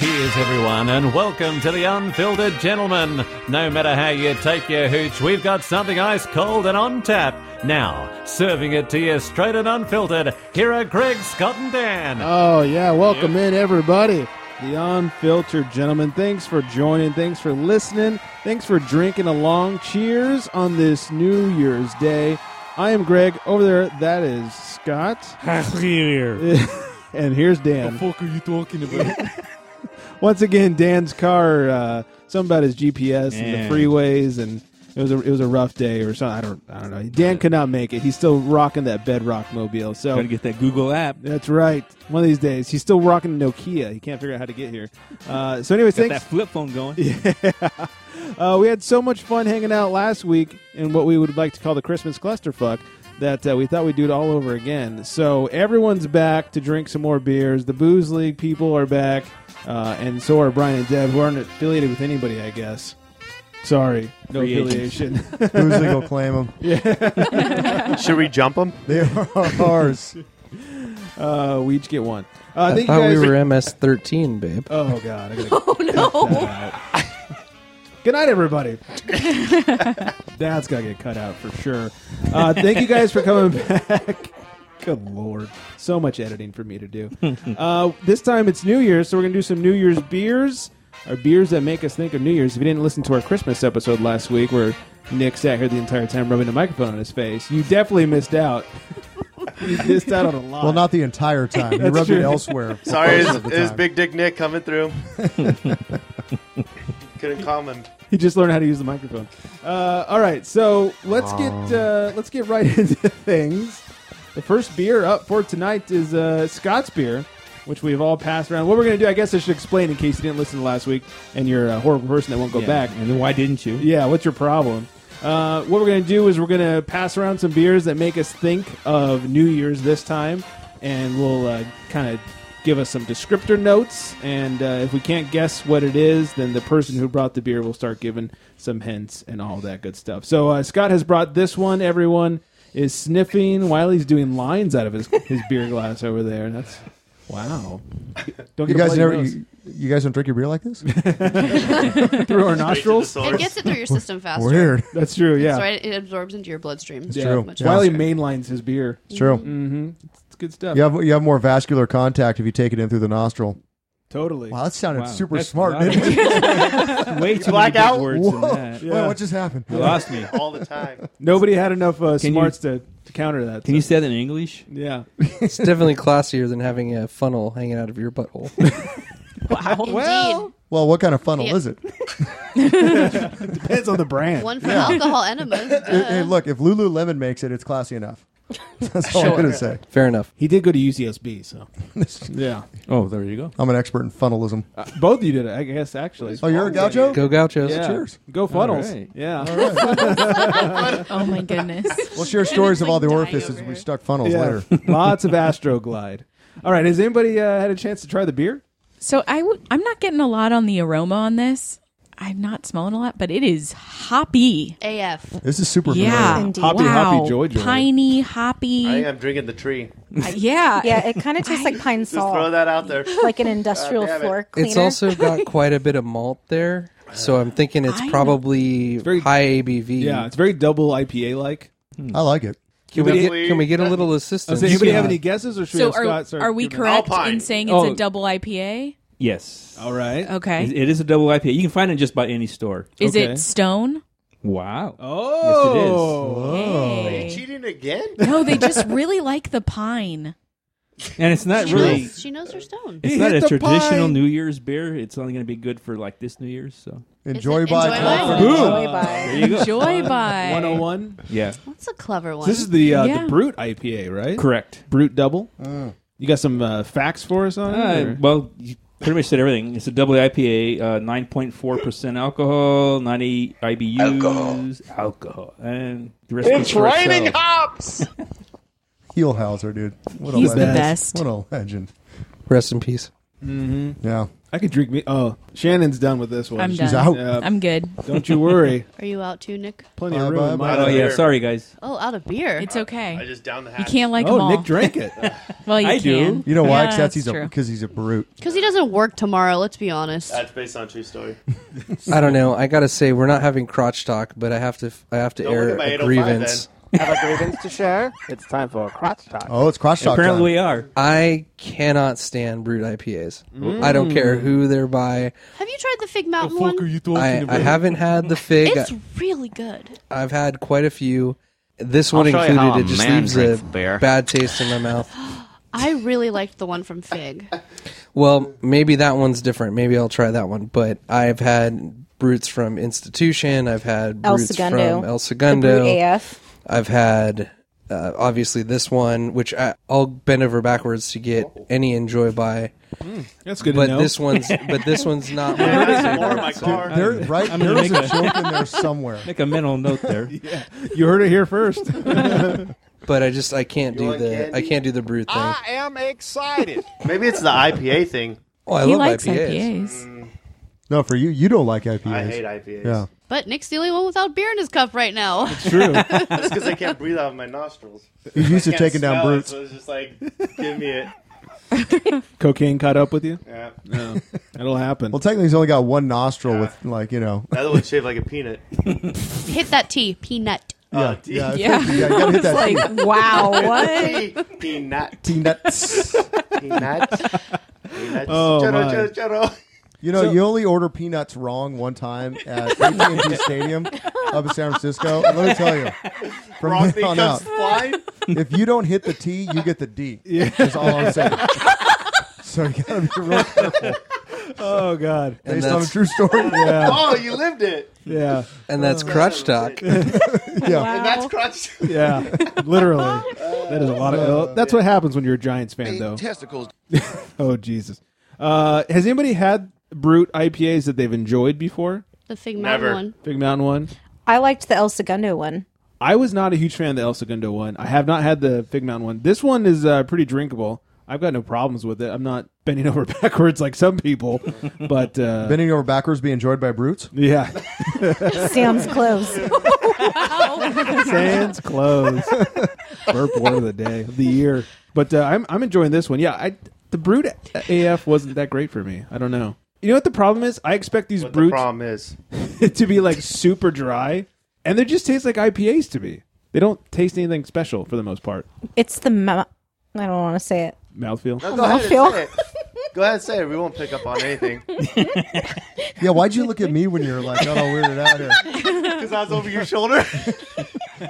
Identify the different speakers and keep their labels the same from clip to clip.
Speaker 1: everyone, and welcome to the Unfiltered Gentleman. No matter how you take your hooch, we've got something ice cold and on tap. Now, serving it to you straight and unfiltered, here are Greg, Scott, and Dan.
Speaker 2: Uh,
Speaker 3: Oh yeah, welcome in everybody. The unfiltered gentlemen. Thanks for joining. Thanks for listening. Thanks for drinking along. Cheers on this New Year's Day. I am Greg. Over there, that is Scott.
Speaker 4: Here.
Speaker 3: and here's Dan.
Speaker 4: fuck are you talking about?
Speaker 3: Once again, Dan's car. Uh, something about his GPS
Speaker 4: Man.
Speaker 3: and the freeways, and it was a it was a rough day or something. I don't I don't know. Dan could not make it. He's still rocking that bedrock mobile. So
Speaker 4: Gotta get that Google app.
Speaker 3: That's right. One of these days, he's still rocking Nokia. He can't figure out how to get here. Uh, so, anyways,
Speaker 4: Got that
Speaker 3: thanks.
Speaker 4: flip phone going.
Speaker 3: Uh, we had so much fun hanging out last week in what we would like to call the Christmas clusterfuck that uh, we thought we'd do it all over again. So everyone's back to drink some more beers. The booze league people are back, uh, and so are Brian and Deb, who aren't affiliated with anybody, I guess. Sorry, no
Speaker 4: Free
Speaker 3: affiliation.
Speaker 5: Who's they gonna claim them?
Speaker 2: Should we jump them?
Speaker 5: They are ours.
Speaker 3: uh, we each get one. Uh,
Speaker 6: I
Speaker 3: thank
Speaker 6: thought
Speaker 3: you guys.
Speaker 6: we were MS thirteen, babe.
Speaker 3: oh God, I gotta
Speaker 7: Oh no!
Speaker 3: Good night, everybody. That's gonna get cut out for sure. Uh, thank you guys for coming back. Good lord, so much editing for me to do. Uh, this time it's New Year's, so we're gonna do some New Year's beers, or beers that make us think of New Year's. If you didn't listen to our Christmas episode last week, where Nick sat here the entire time rubbing a microphone on his face, you definitely missed out. you missed out on a lot.
Speaker 5: Well, not the entire time. You
Speaker 3: That's
Speaker 5: rubbed
Speaker 3: true.
Speaker 5: it elsewhere.
Speaker 2: Sorry, it
Speaker 5: most
Speaker 2: was,
Speaker 5: of the
Speaker 2: it was
Speaker 5: time.
Speaker 2: Big Dick Nick coming through. Couldn't calm him.
Speaker 3: He just learned how to use the microphone. Uh, all right, so let's get uh, let's get right into things. The first beer up for tonight is uh, Scott's beer, which we've all passed around. What we're going to do, I guess, I should explain in case you didn't listen to last week and you're a horrible person that won't go
Speaker 4: Yeah,
Speaker 3: back.
Speaker 4: And then why didn't you?
Speaker 3: Yeah, what's your problem? Uh, what we're going to do is we're going to pass around some beers that make us think of New Year's this time, and we'll uh, kind of give us some descriptor notes. And uh, if we can't guess what it is, then the person who brought the beer will start giving some hints and all that good stuff. So uh, Scott has brought this one. Everyone is sniffing while he's doing lines out of his, his beer glass over there. That's wow. Don't get a
Speaker 5: You guys
Speaker 3: bloody
Speaker 5: never.
Speaker 3: nose.
Speaker 5: You, you guys don't drink your beer like this?
Speaker 3: through our
Speaker 2: Nostrils.
Speaker 3: nostrils.
Speaker 7: It gets it through your system faster.
Speaker 5: Weird.
Speaker 3: That's true. Yeah.
Speaker 7: So it, it absorbs into your bloodstream.
Speaker 3: Yeah.
Speaker 5: true.
Speaker 7: Much
Speaker 5: Yeah.
Speaker 3: Wiley
Speaker 7: faster.
Speaker 3: mainlines his beer.
Speaker 5: It's true.
Speaker 4: Mm-hmm.
Speaker 3: It's good stuff.
Speaker 5: You have you have more vascular contact if you take it in through the nostril.
Speaker 3: Totally.
Speaker 5: Wow, that sounded
Speaker 4: Wow.
Speaker 5: super
Speaker 4: That's
Speaker 5: smart.
Speaker 4: loud.
Speaker 5: Didn't it?
Speaker 4: Way too many
Speaker 2: blackout?
Speaker 4: big words in
Speaker 5: Whoa.
Speaker 4: that.
Speaker 5: Wait, what just happened?
Speaker 4: You lost me.
Speaker 2: All the time.
Speaker 3: Nobody had enough uh,
Speaker 4: Can
Speaker 3: smarts to, to counter that.
Speaker 4: Can you say that in English?
Speaker 3: Yeah.
Speaker 6: It's definitely classier than having a funnel hanging out of your butthole.
Speaker 7: Indeed.
Speaker 5: Well, what kind of funnel
Speaker 7: Yeah.
Speaker 5: is it?
Speaker 3: Depends on the brand.
Speaker 7: One for alcohol enemas. Uh,
Speaker 5: Hey, hey,
Speaker 7: Uh-huh.
Speaker 5: look, if Lululemon makes it, it's classy enough. That's all I'm gonna say.
Speaker 6: Fair enough.
Speaker 3: He did go to UCSB, so yeah.
Speaker 4: Oh, there you go.
Speaker 5: I'm an expert in funnelism.
Speaker 3: Uh, both of you did it, I guess. Actually.
Speaker 5: Oh, you're a gaucho.
Speaker 6: Go Gauchos.
Speaker 3: Yeah.
Speaker 5: cheers.
Speaker 3: Go funnels.
Speaker 4: All right.
Speaker 3: Yeah.
Speaker 8: Oh my goodness.
Speaker 5: We'll share stories of all the
Speaker 7: dying
Speaker 5: orifices
Speaker 7: over
Speaker 5: we
Speaker 7: here.
Speaker 5: stuck funnels
Speaker 3: Yeah.
Speaker 5: later.
Speaker 3: Lots of Astroglide. All right. Has anybody uh, had a chance to try the beer?
Speaker 4: Mm-hmm.
Speaker 8: So I w- I'm not getting a lot on the aroma on this. I'm not smelling a lot, but it is hoppy.
Speaker 7: AF.
Speaker 5: This is super.
Speaker 8: yeah.
Speaker 5: familiar.
Speaker 9: Indeed. uh,
Speaker 3: Hoppy,
Speaker 8: wow.
Speaker 3: hoppy, joy, joy.
Speaker 8: Piney,
Speaker 2: I
Speaker 8: hoppy.
Speaker 2: think I'm drinking the tree.
Speaker 8: yeah.
Speaker 9: Yeah, it kind of tastes like pine
Speaker 2: Just throw
Speaker 9: salt,
Speaker 2: that out there.
Speaker 9: like an industrial
Speaker 2: God damn it.
Speaker 9: floor cleaner.
Speaker 6: It's also got quite a bit of malt there, so I'm thinking it's
Speaker 8: I-
Speaker 6: probably
Speaker 3: very-
Speaker 6: high ABV.
Speaker 3: Yeah. It's very double IPA like.
Speaker 5: I like it.
Speaker 6: Can we get
Speaker 2: Definitely-
Speaker 6: can we get a little
Speaker 3: Does
Speaker 6: assistance?
Speaker 3: anybody have
Speaker 4: uh,
Speaker 6: Yeah.
Speaker 3: any guesses, or should we
Speaker 8: So
Speaker 3: have
Speaker 8: are,
Speaker 3: Scott start
Speaker 8: are we
Speaker 3: giving-
Speaker 8: correct
Speaker 2: Alpine.
Speaker 8: in saying it's
Speaker 4: Oh.
Speaker 8: a double IPA?
Speaker 4: Yes.
Speaker 3: All right.
Speaker 4: It-
Speaker 8: Okay.
Speaker 4: it is a double IPA. You can find it just by any store.
Speaker 8: Is
Speaker 3: Okay.
Speaker 8: it stone?
Speaker 4: Wow.
Speaker 3: Oh.
Speaker 8: Hey.
Speaker 2: Cheating again?
Speaker 8: No, they just really like the pine.
Speaker 4: And it's not
Speaker 7: She
Speaker 4: really.
Speaker 7: knows, she knows her stone.
Speaker 4: It's
Speaker 3: He
Speaker 4: not
Speaker 3: hit
Speaker 4: a
Speaker 3: the
Speaker 4: traditional
Speaker 3: pie.
Speaker 4: New Year's beer. It's only going to be good for like this New Year's. So
Speaker 5: Enjoy
Speaker 7: it-
Speaker 5: by
Speaker 7: enjoy
Speaker 5: comfort.
Speaker 7: by.
Speaker 3: Boom.
Speaker 5: Enjoy
Speaker 3: Uh,
Speaker 5: by.
Speaker 4: there you go.
Speaker 8: Joy by.
Speaker 3: 101.
Speaker 4: Yeah.
Speaker 7: That's a clever one.
Speaker 3: This is the uh,
Speaker 8: Yeah.
Speaker 3: the Brute IPA, right?
Speaker 4: Correct.
Speaker 3: Brute Double. You got some uh, facts for us on it?
Speaker 4: Uh,
Speaker 3: or-
Speaker 4: well, you pretty much said everything. It's a double IPA, uh, nine point four percent alcohol, ninety IBUs, alcohol, and the rest it's raining
Speaker 5: Heelhauser, dude. What a
Speaker 8: He's the
Speaker 5: legend.
Speaker 8: best.
Speaker 5: What a legend.
Speaker 6: Uh, Rest in peace.
Speaker 5: Yeah.
Speaker 3: I could drink me. Oh, Shannon's done with this one.
Speaker 8: I'm
Speaker 5: She's
Speaker 8: done.
Speaker 5: out.
Speaker 3: Yeah.
Speaker 8: I'm good.
Speaker 3: Don't you worry.
Speaker 7: Are you out too, Nick?
Speaker 3: Plenty
Speaker 5: Bye,
Speaker 3: of room.
Speaker 5: bye,
Speaker 3: in my
Speaker 5: bye.
Speaker 4: Oh
Speaker 3: life.
Speaker 4: yeah, sorry guys.
Speaker 7: Oh, out of beer.
Speaker 8: It's okay.
Speaker 2: I just down the
Speaker 8: you
Speaker 2: hatch.
Speaker 8: can't like them
Speaker 3: Oh,
Speaker 8: all.
Speaker 3: Nick drank it.
Speaker 8: well, you
Speaker 4: I do.
Speaker 8: can.
Speaker 5: You know why?
Speaker 8: Yeah,
Speaker 5: Because that's, he's
Speaker 8: that's
Speaker 5: a
Speaker 8: true.
Speaker 5: because he's a brute.
Speaker 7: Because he doesn't work tomorrow. Let's be honest.
Speaker 2: That's based on a true story.
Speaker 6: I don't know. I gotta say, we're not having crotch talk, but I have to. I have to
Speaker 2: Don't look
Speaker 6: air
Speaker 2: at my
Speaker 6: a
Speaker 2: 805
Speaker 6: grievance.
Speaker 10: Have a grievance to share? It's time for crotch talk.
Speaker 5: Oh, it's cross talk.
Speaker 4: Apparently we are.
Speaker 6: I cannot stand brewed IPAs. I don't care who they're by.
Speaker 7: Have you tried the Fig Mountain one?
Speaker 6: I, I haven't had the fig.
Speaker 7: It's really good.
Speaker 6: I've had quite a few. This one
Speaker 1: show you how a
Speaker 6: included. It just
Speaker 1: man
Speaker 6: leaves
Speaker 1: drinks
Speaker 6: a
Speaker 1: beer.
Speaker 6: bad taste in my mouth.
Speaker 7: I really liked the one from Fig.
Speaker 6: Well, maybe that one's different. Maybe I'll try that one. But I've had brutes from Institution. I've had
Speaker 9: El
Speaker 6: brutes
Speaker 9: Segundo.
Speaker 6: from El
Speaker 9: The
Speaker 6: Segundo.
Speaker 9: brute AF.
Speaker 6: I've had uh, obviously this one, which I, I'll bend over backwards to get any enjoy by.
Speaker 3: That's good
Speaker 6: But
Speaker 3: to know.
Speaker 6: this one's but this one's not. one of my
Speaker 2: There's more in my
Speaker 6: favorites.
Speaker 2: car.
Speaker 5: There, right?
Speaker 4: I'm gonna
Speaker 5: there is
Speaker 4: make
Speaker 5: a joke in there somewhere.
Speaker 4: Make a mental note there.
Speaker 3: you heard it here first.
Speaker 6: But I just I can't
Speaker 2: You
Speaker 6: do
Speaker 2: want
Speaker 6: the I
Speaker 2: candy?
Speaker 6: can't do the brew thing.
Speaker 9: Ah,
Speaker 10: am excited.
Speaker 2: Maybe it's the IPA thing.
Speaker 6: oh, I
Speaker 8: he
Speaker 6: love
Speaker 8: likes
Speaker 6: IPAs.
Speaker 8: IPAs.
Speaker 5: No, for you, you don't like IPAs.
Speaker 2: I hate IPAs.
Speaker 5: Yeah.
Speaker 7: But Nick's the only one without beer in his cup right now.
Speaker 3: True.
Speaker 2: That's because I can't breathe out of my nostrils.
Speaker 5: You used to
Speaker 2: Can't
Speaker 5: taking down
Speaker 2: smell it,
Speaker 5: brutes.
Speaker 2: So it's just like, give me it.
Speaker 3: Cocaine caught up with you.
Speaker 2: Yeah.
Speaker 3: No, it'll happen.
Speaker 5: Well, technically, he's only got one nostril with like you know.
Speaker 2: The other one shaved like a peanut. Uh,
Speaker 7: Hit that tea, peanut.
Speaker 2: Yeah.
Speaker 5: Yeah,
Speaker 8: Yeah.
Speaker 5: you gotta hit that
Speaker 8: Like,
Speaker 9: Wow, what?
Speaker 2: peanut.
Speaker 5: peanuts.
Speaker 2: Peanut. Peanuts.
Speaker 3: Oh,
Speaker 2: Churro,
Speaker 3: my.
Speaker 2: churro, churro.
Speaker 5: You know, you only order peanuts wrong one time at AT&T Stadium up in San Francisco. And let me tell you, from
Speaker 2: Wrong
Speaker 5: then
Speaker 2: thing
Speaker 5: on out,
Speaker 2: comes flying.
Speaker 5: if you don't hit the T, you get the D. That's all I'm saying. So you gotta be real careful.
Speaker 3: Oh God.
Speaker 6: And
Speaker 5: Based on a
Speaker 6: that's,
Speaker 5: true story. Yeah.
Speaker 2: Oh, you lived it.
Speaker 3: Yeah.
Speaker 6: and
Speaker 3: Oh,
Speaker 6: that's crotch talk.
Speaker 2: And that's crotch.
Speaker 3: Yeah. Literally. That is a lot of. oh, that's what happens when you're a Giants fan, though.
Speaker 10: Testicles.
Speaker 3: Oh Jesus. Uh, has anybody had brute IPAs that they've enjoyed before?
Speaker 7: The Fig Mountain
Speaker 2: Never.
Speaker 7: one.
Speaker 3: Big Mountain one.
Speaker 9: I liked the El Segundo one.
Speaker 3: I was not a huge fan of the El Segundo one. I have not had the Fig Mountain one. This one is uh, pretty drinkable. I've got no problems with it. I'm not bending over backwards like some people, but uh,
Speaker 5: Bending over backwards, be enjoyed by brutes.
Speaker 3: yeah,
Speaker 9: Sam's clothes.
Speaker 3: sans clothes. Burp word of the day, of the year. But uh, I'm I'm enjoying this one. Yeah, I the brute AF wasn't that great for me. I don't know. You know what the problem is? I expect these
Speaker 2: But the
Speaker 3: brutes
Speaker 2: problem is,
Speaker 3: to be like super dry, and they just taste like IPAs to me. They don't taste anything special for the most part.
Speaker 9: It's the. Ma- I don't want to say it.
Speaker 3: Mouthfeel.
Speaker 2: go ahead and
Speaker 9: Phil.
Speaker 2: say it. Go ahead and say it. We won't pick up on anything.
Speaker 5: Yeah, why'd you look at me when you were like, got all weirded out here?
Speaker 2: Because I was over your shoulder,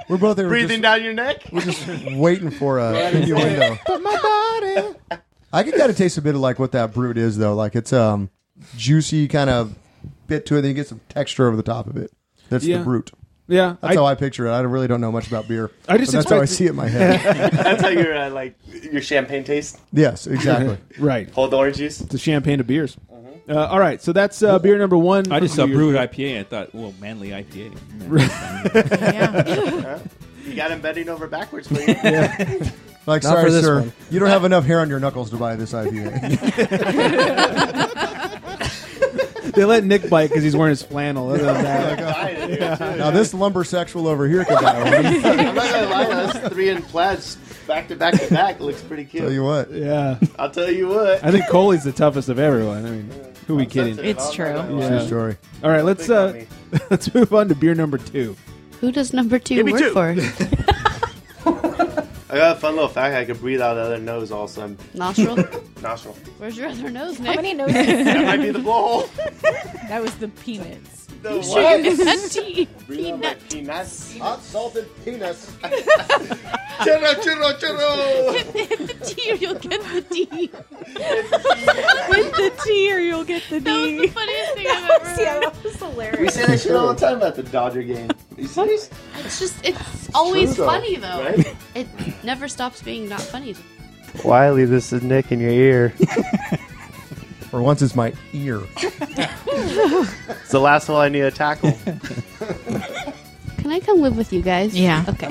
Speaker 5: We're both there just,
Speaker 2: breathing down your neck.
Speaker 5: waiting for a innuendo. But my body. I can kind of taste a bit of like what that brute is though. Like it's um juicy kind of bit to it. Then you get some texture over the top of it. That's
Speaker 3: Yeah.
Speaker 5: the brute.
Speaker 3: Yeah,
Speaker 5: That's
Speaker 3: I,
Speaker 5: how I picture it. I really don't know much about beer.
Speaker 3: I just
Speaker 5: but that's how I
Speaker 3: expect-
Speaker 5: see it in my head.
Speaker 2: That's how your uh, like your champagne taste.
Speaker 5: yes, exactly.
Speaker 3: right.
Speaker 2: Hold the orange juice.
Speaker 3: It's a champagne of beers.
Speaker 5: Uh-huh.
Speaker 3: Uh, all right, so that's uh, beer number one.
Speaker 4: I just saw
Speaker 3: from your-
Speaker 4: brewed IPA and I thought, well, manly IPA.
Speaker 8: Yeah.
Speaker 2: You got him bending over backwards for you.
Speaker 5: Like,
Speaker 6: Not
Speaker 5: sorry,
Speaker 6: for this
Speaker 5: sir,
Speaker 6: one.
Speaker 5: you don't have enough hair on your knuckles to buy this IPA.
Speaker 3: They let Nick bite because he's wearing his flannel. Other than that,
Speaker 5: now this lumber sexual over here can buy one.
Speaker 2: I'm not gonna lie, those three in plaids back to back to back looks pretty cute.
Speaker 5: Tell you what,
Speaker 3: yeah.
Speaker 2: I'll tell you what.
Speaker 3: I think Coley's the toughest of everyone. I mean, who are we kidding?
Speaker 2: Sensitive,
Speaker 8: It's
Speaker 2: I'm not gonna
Speaker 8: true.
Speaker 2: lie.
Speaker 3: Yeah.
Speaker 5: true story.
Speaker 3: All right, let's
Speaker 2: Big on
Speaker 3: uh,
Speaker 2: me.
Speaker 3: let's move on to beer number two.
Speaker 7: Who does number two work for?
Speaker 2: I got a fun little fact. I could breathe out the other nose all of a sudden.
Speaker 7: Nostril.
Speaker 2: Nostril.
Speaker 7: Where's your other nose,
Speaker 9: How
Speaker 7: Nick?
Speaker 9: many noses?
Speaker 2: That might be the blowhole.
Speaker 8: that was the peanuts.
Speaker 2: The what?
Speaker 7: That tea.
Speaker 2: Breathe out my peanuts.
Speaker 5: Hot salted penis.
Speaker 2: Churro, churro, churro.
Speaker 7: The tea, or you'll get the tea.
Speaker 8: With the T or you'll get the
Speaker 7: That was the
Speaker 8: D.
Speaker 7: funniest thing I've ever heard.
Speaker 9: yeah, that was
Speaker 2: We
Speaker 9: hilarious.
Speaker 2: say that shit all the time at the Dodger game. You serious?
Speaker 7: It's just, it's always
Speaker 2: though,
Speaker 7: funny though.
Speaker 2: right?
Speaker 7: It never stops being not funny.
Speaker 2: Wiley, this is Nick in your ear.
Speaker 5: For once, it's my ear.
Speaker 2: It's the last one I need to tackle.
Speaker 7: Can I come live with you guys?
Speaker 8: Yeah.
Speaker 7: Okay.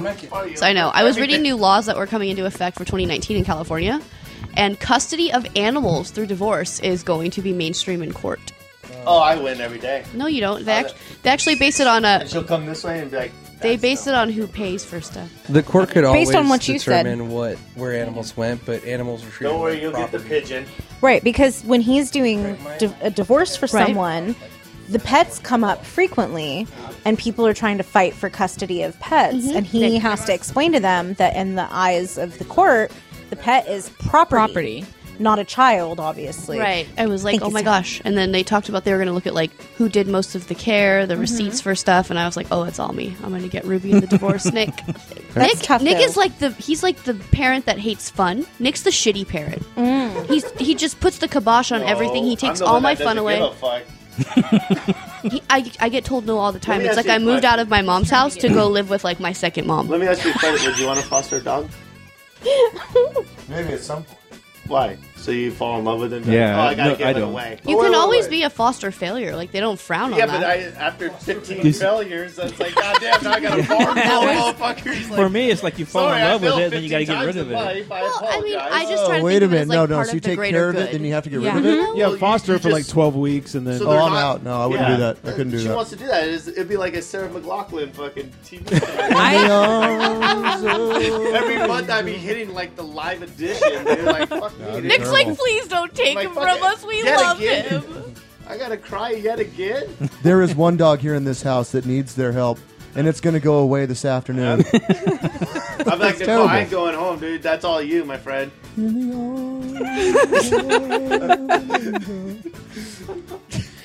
Speaker 7: So I know I was reading new laws that were coming into effect for 2019 in California, and custody of animals through divorce is going to be mainstream in court.
Speaker 2: Oh, I win every day.
Speaker 7: No, you don't.
Speaker 2: Oh,
Speaker 7: They, act- they actually base it on a.
Speaker 2: And she'll come this way and be like,
Speaker 7: They base it on who pays for stuff.
Speaker 6: The court could always
Speaker 7: Based on what you said.
Speaker 6: determine what where animals went, but animals were treated.
Speaker 2: "Don't worry,
Speaker 6: like
Speaker 2: you'll get the pigeon."
Speaker 9: Right, because when he's doing di- a divorce for
Speaker 7: Right.
Speaker 9: someone, the pets come up frequently, and people are trying to fight for custody of pets,
Speaker 7: Mhm.
Speaker 9: and he
Speaker 7: They-
Speaker 9: has to explain to them that in the eyes of the court, the pet is property,
Speaker 7: Property.
Speaker 9: not a child, obviously.
Speaker 7: Right. I was like,
Speaker 9: Think
Speaker 7: oh my
Speaker 9: it's-
Speaker 7: gosh. And then they talked about they were going to look at like who did most of the care, the receipts for stuff, and I was like, oh, it's all me. I'm going to get Ruby in the divorce. Nick.
Speaker 9: That's
Speaker 7: Nick.
Speaker 9: tough,
Speaker 7: Nick
Speaker 9: though.
Speaker 7: is like the he's like the parent that hates fun. Nick's the shitty parent. He's he just puts the kibosh on everything.
Speaker 2: "No,
Speaker 7: He
Speaker 2: Oh, I'm
Speaker 7: takes
Speaker 2: the
Speaker 7: all
Speaker 2: one
Speaker 7: my
Speaker 2: that
Speaker 7: fun
Speaker 2: doesn't
Speaker 7: away.
Speaker 2: give a fuck."
Speaker 7: He, I, I get told no all the time.
Speaker 2: me
Speaker 7: It's
Speaker 2: ask
Speaker 7: like
Speaker 2: you
Speaker 7: I
Speaker 2: a
Speaker 7: moved
Speaker 2: question.
Speaker 7: out of my mom's house to go live with like my second mom.
Speaker 2: Let me ask you a question. Would you want to foster a dog? Maybe at some point. Why? So you fall in love with him? you're
Speaker 4: Yeah,
Speaker 2: Like, oh, I gotta
Speaker 4: no,
Speaker 2: give
Speaker 4: I
Speaker 2: it
Speaker 4: don't.
Speaker 2: away.
Speaker 7: You
Speaker 2: Oh,
Speaker 7: can
Speaker 2: wait, wait,
Speaker 7: always
Speaker 2: wait.
Speaker 7: be a foster failure. Like they don't frown on
Speaker 2: Yeah,
Speaker 7: that.
Speaker 2: but I, after 15
Speaker 4: This-
Speaker 2: failures, that's like, goddamn, now I got a farm full of motherfuckers.
Speaker 4: For me, it's like you fall
Speaker 2: Sorry,
Speaker 4: in
Speaker 2: I
Speaker 4: love with
Speaker 2: failed
Speaker 4: it, then you got to
Speaker 2: 15
Speaker 4: get rid
Speaker 2: times
Speaker 4: of
Speaker 2: in
Speaker 4: it.
Speaker 2: life. I
Speaker 7: I mean,
Speaker 2: apologize.
Speaker 7: I just try to
Speaker 5: wait
Speaker 7: think
Speaker 5: a
Speaker 7: of it
Speaker 5: minute.
Speaker 7: as,
Speaker 5: no,
Speaker 7: like,
Speaker 5: no.
Speaker 7: part
Speaker 5: So
Speaker 7: of
Speaker 5: you
Speaker 7: the
Speaker 5: take
Speaker 7: greater
Speaker 5: care of it,
Speaker 7: good.
Speaker 5: then you have to get
Speaker 7: Yeah.
Speaker 5: rid of it.
Speaker 3: Yeah,
Speaker 2: Well, you
Speaker 3: foster it for like
Speaker 2: just-
Speaker 3: 12 weeks and then.
Speaker 2: So
Speaker 5: Oh,
Speaker 2: they're
Speaker 5: I'm
Speaker 2: not-
Speaker 5: out. No, I wouldn't
Speaker 4: Yeah.
Speaker 5: do that. I couldn't do
Speaker 2: she
Speaker 5: that.
Speaker 2: wants to do that. It's- It'd be like a Sarah McLaughlin fucking TV. show.
Speaker 8: I,
Speaker 2: Every month I'd be hitting like the live edition. They're like, fuck me.
Speaker 5: Nick's
Speaker 7: Nick's
Speaker 5: Terrible. like,
Speaker 7: like, please don't take
Speaker 2: Like,
Speaker 7: him
Speaker 2: him
Speaker 7: from
Speaker 2: fuck from it.
Speaker 7: us.
Speaker 2: us.
Speaker 7: We
Speaker 2: We Yet
Speaker 7: love
Speaker 2: love again.
Speaker 7: him.
Speaker 2: him." I gotta cry yet again.
Speaker 5: there is one dog here in this house that needs their help, and it's going to go away this afternoon.
Speaker 2: I'm like, Nicole,
Speaker 5: terrible.
Speaker 2: I ain't going home, dude. That's all you, my friend.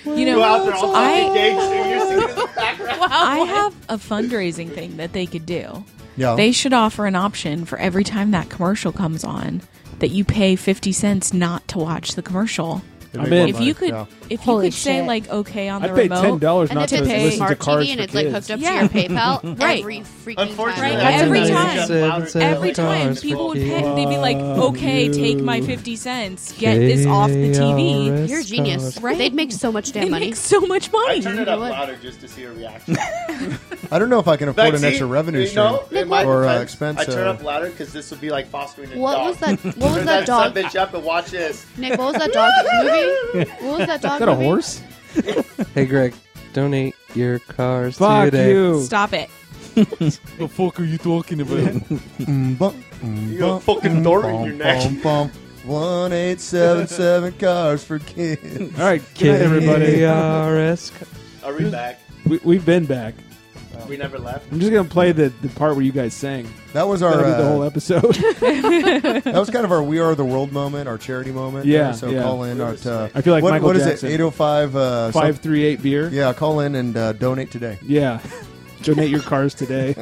Speaker 8: you
Speaker 2: Go
Speaker 8: know,
Speaker 2: out there, I'll
Speaker 8: I-
Speaker 2: I... engaged. You're singing in the background.
Speaker 8: I have a fundraising thing that they could do.
Speaker 3: Oh.
Speaker 5: yeah.
Speaker 8: They should offer an option for every time that commercial comes on that you pay 50 cents not to watch the commercial.
Speaker 3: I'm in.
Speaker 8: If you could
Speaker 5: yeah.
Speaker 8: if
Speaker 9: Holy
Speaker 8: you could say
Speaker 9: shit.
Speaker 8: like okay on the
Speaker 3: I'd pay
Speaker 8: remote.
Speaker 3: ten dollars
Speaker 7: And
Speaker 3: not
Speaker 7: if
Speaker 3: to
Speaker 7: it's a
Speaker 3: listen to
Speaker 7: smart
Speaker 3: cars
Speaker 7: TV and
Speaker 3: for
Speaker 7: it's like
Speaker 3: kids.
Speaker 7: hooked up
Speaker 8: Yeah.
Speaker 7: to your PayPal,
Speaker 8: Right.
Speaker 7: every freaking
Speaker 2: Unfortunately,
Speaker 7: time.
Speaker 8: Right. Every
Speaker 2: I
Speaker 8: time.
Speaker 2: got
Speaker 6: Seven,
Speaker 2: louder
Speaker 6: seven
Speaker 8: Every
Speaker 2: than
Speaker 8: time
Speaker 2: Nicole's
Speaker 8: people would
Speaker 2: voice.
Speaker 8: pay, they'd be like,
Speaker 3: Fuck
Speaker 8: "Okay, take my
Speaker 3: you.
Speaker 8: fifty cents, get this off the TV."
Speaker 7: You're a genius.
Speaker 8: Right.
Speaker 7: They'd make so much damn
Speaker 8: It
Speaker 7: money.
Speaker 8: makes so much
Speaker 2: I
Speaker 8: money.
Speaker 2: turned it up
Speaker 7: What?
Speaker 2: louder just to see a reaction.
Speaker 5: I don't know if I can afford
Speaker 2: Like,
Speaker 5: an
Speaker 2: see,
Speaker 5: extra revenue
Speaker 2: you
Speaker 5: stream.
Speaker 2: know, in my
Speaker 5: Or, uh,
Speaker 2: defense,
Speaker 5: expense,
Speaker 2: I turn
Speaker 5: uh,
Speaker 2: up louder because this would be like fostering a
Speaker 7: What
Speaker 2: dog.
Speaker 7: was that? What was
Speaker 2: Turn
Speaker 7: that dog?
Speaker 2: bitch up and watch this.
Speaker 7: Nick, what was that dog movie? What was that dog
Speaker 3: Is that a
Speaker 7: movie?
Speaker 3: horse?
Speaker 6: Hey, Greg, donate your cars
Speaker 3: Fuck
Speaker 6: today.
Speaker 3: you.
Speaker 8: Stop it.
Speaker 4: The fuck are you talking about?
Speaker 5: Mm, bum, mm,
Speaker 2: You got a
Speaker 5: bum,
Speaker 2: fucking
Speaker 5: mm,
Speaker 2: dart in
Speaker 5: bum,
Speaker 2: your neck.
Speaker 5: bum, bum. One eight seven seven cars for kids.
Speaker 3: All right, good night, everybody. uh.
Speaker 6: KRS.
Speaker 2: Are we back?
Speaker 3: We, we've been back.
Speaker 5: Oh.
Speaker 2: We never left.
Speaker 3: I'm just gonna play the, the part where you guys sang.
Speaker 5: That was our
Speaker 3: That'll be the whole
Speaker 5: uh,
Speaker 3: episode.
Speaker 5: that was kind of our we are the world moment, our charity moment.
Speaker 3: Yeah,
Speaker 5: So
Speaker 3: yeah.
Speaker 5: call in our. Uh,
Speaker 3: I feel like
Speaker 5: what,
Speaker 3: Michael
Speaker 5: what is
Speaker 3: Jackson.
Speaker 5: it? Eight oh five. Uh, some-
Speaker 3: Five three eight beer.
Speaker 5: Yeah, call in and uh, donate today.
Speaker 3: Yeah. Donate your cars today.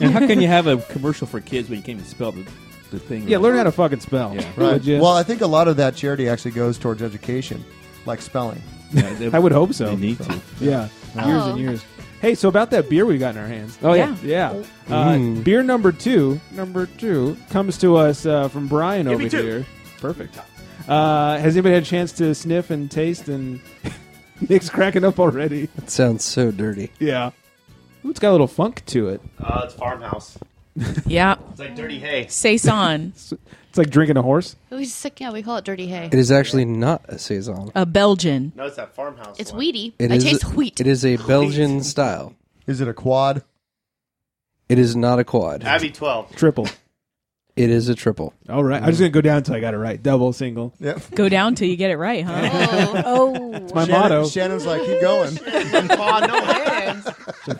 Speaker 4: and how can you have a commercial for kids when you can't even spell the, the thing?
Speaker 3: yeah, learn how to fucking spell.
Speaker 4: Yeah.
Speaker 3: Would ya?
Speaker 5: Well, I think a lot of that charity actually goes towards education, like spelling.
Speaker 4: Yeah, they-
Speaker 3: I would hope so.
Speaker 4: They need to.
Speaker 3: Yeah, years
Speaker 7: Oh.
Speaker 3: and years. Hey, so about that beer we got in our hands.
Speaker 4: Oh
Speaker 8: yeah.
Speaker 3: Yeah, uh,
Speaker 6: Mm.
Speaker 3: beer number two. Number two comes to us uh, from Brian
Speaker 2: Give
Speaker 3: over
Speaker 2: me two.
Speaker 3: here. Perfect. Uh, has anybody had a chance to sniff and taste? And Nick's cracking up already.
Speaker 6: That sounds so dirty.
Speaker 3: Yeah, Ooh, it's got a little funk to it.
Speaker 2: Uh, it's farmhouse.
Speaker 8: Yeah,
Speaker 2: It's like dirty hay.
Speaker 8: saison,
Speaker 3: It's like drinking a horse.
Speaker 7: We just like, yeah, we call it dirty hay.
Speaker 6: It is actually not a saison.
Speaker 8: a Belgian.
Speaker 2: No, it's that farmhouse.
Speaker 7: It's
Speaker 2: one.
Speaker 7: weedy.
Speaker 6: It
Speaker 7: I
Speaker 6: is
Speaker 7: taste wheat.
Speaker 6: It is a Belgian style.
Speaker 5: Is it a quad?
Speaker 6: It is not a quad.
Speaker 2: Abbey 12.
Speaker 3: Triple.
Speaker 6: It is a triple.
Speaker 3: All right, I'm just gonna go down until I got it right. Double, single.
Speaker 5: Yeah.
Speaker 8: Go down till you get it right, huh?
Speaker 7: Oh,
Speaker 9: Oh,
Speaker 3: My
Speaker 5: Shannon-
Speaker 3: motto.
Speaker 5: Shannon's like, keep going.
Speaker 2: Oh, no hands.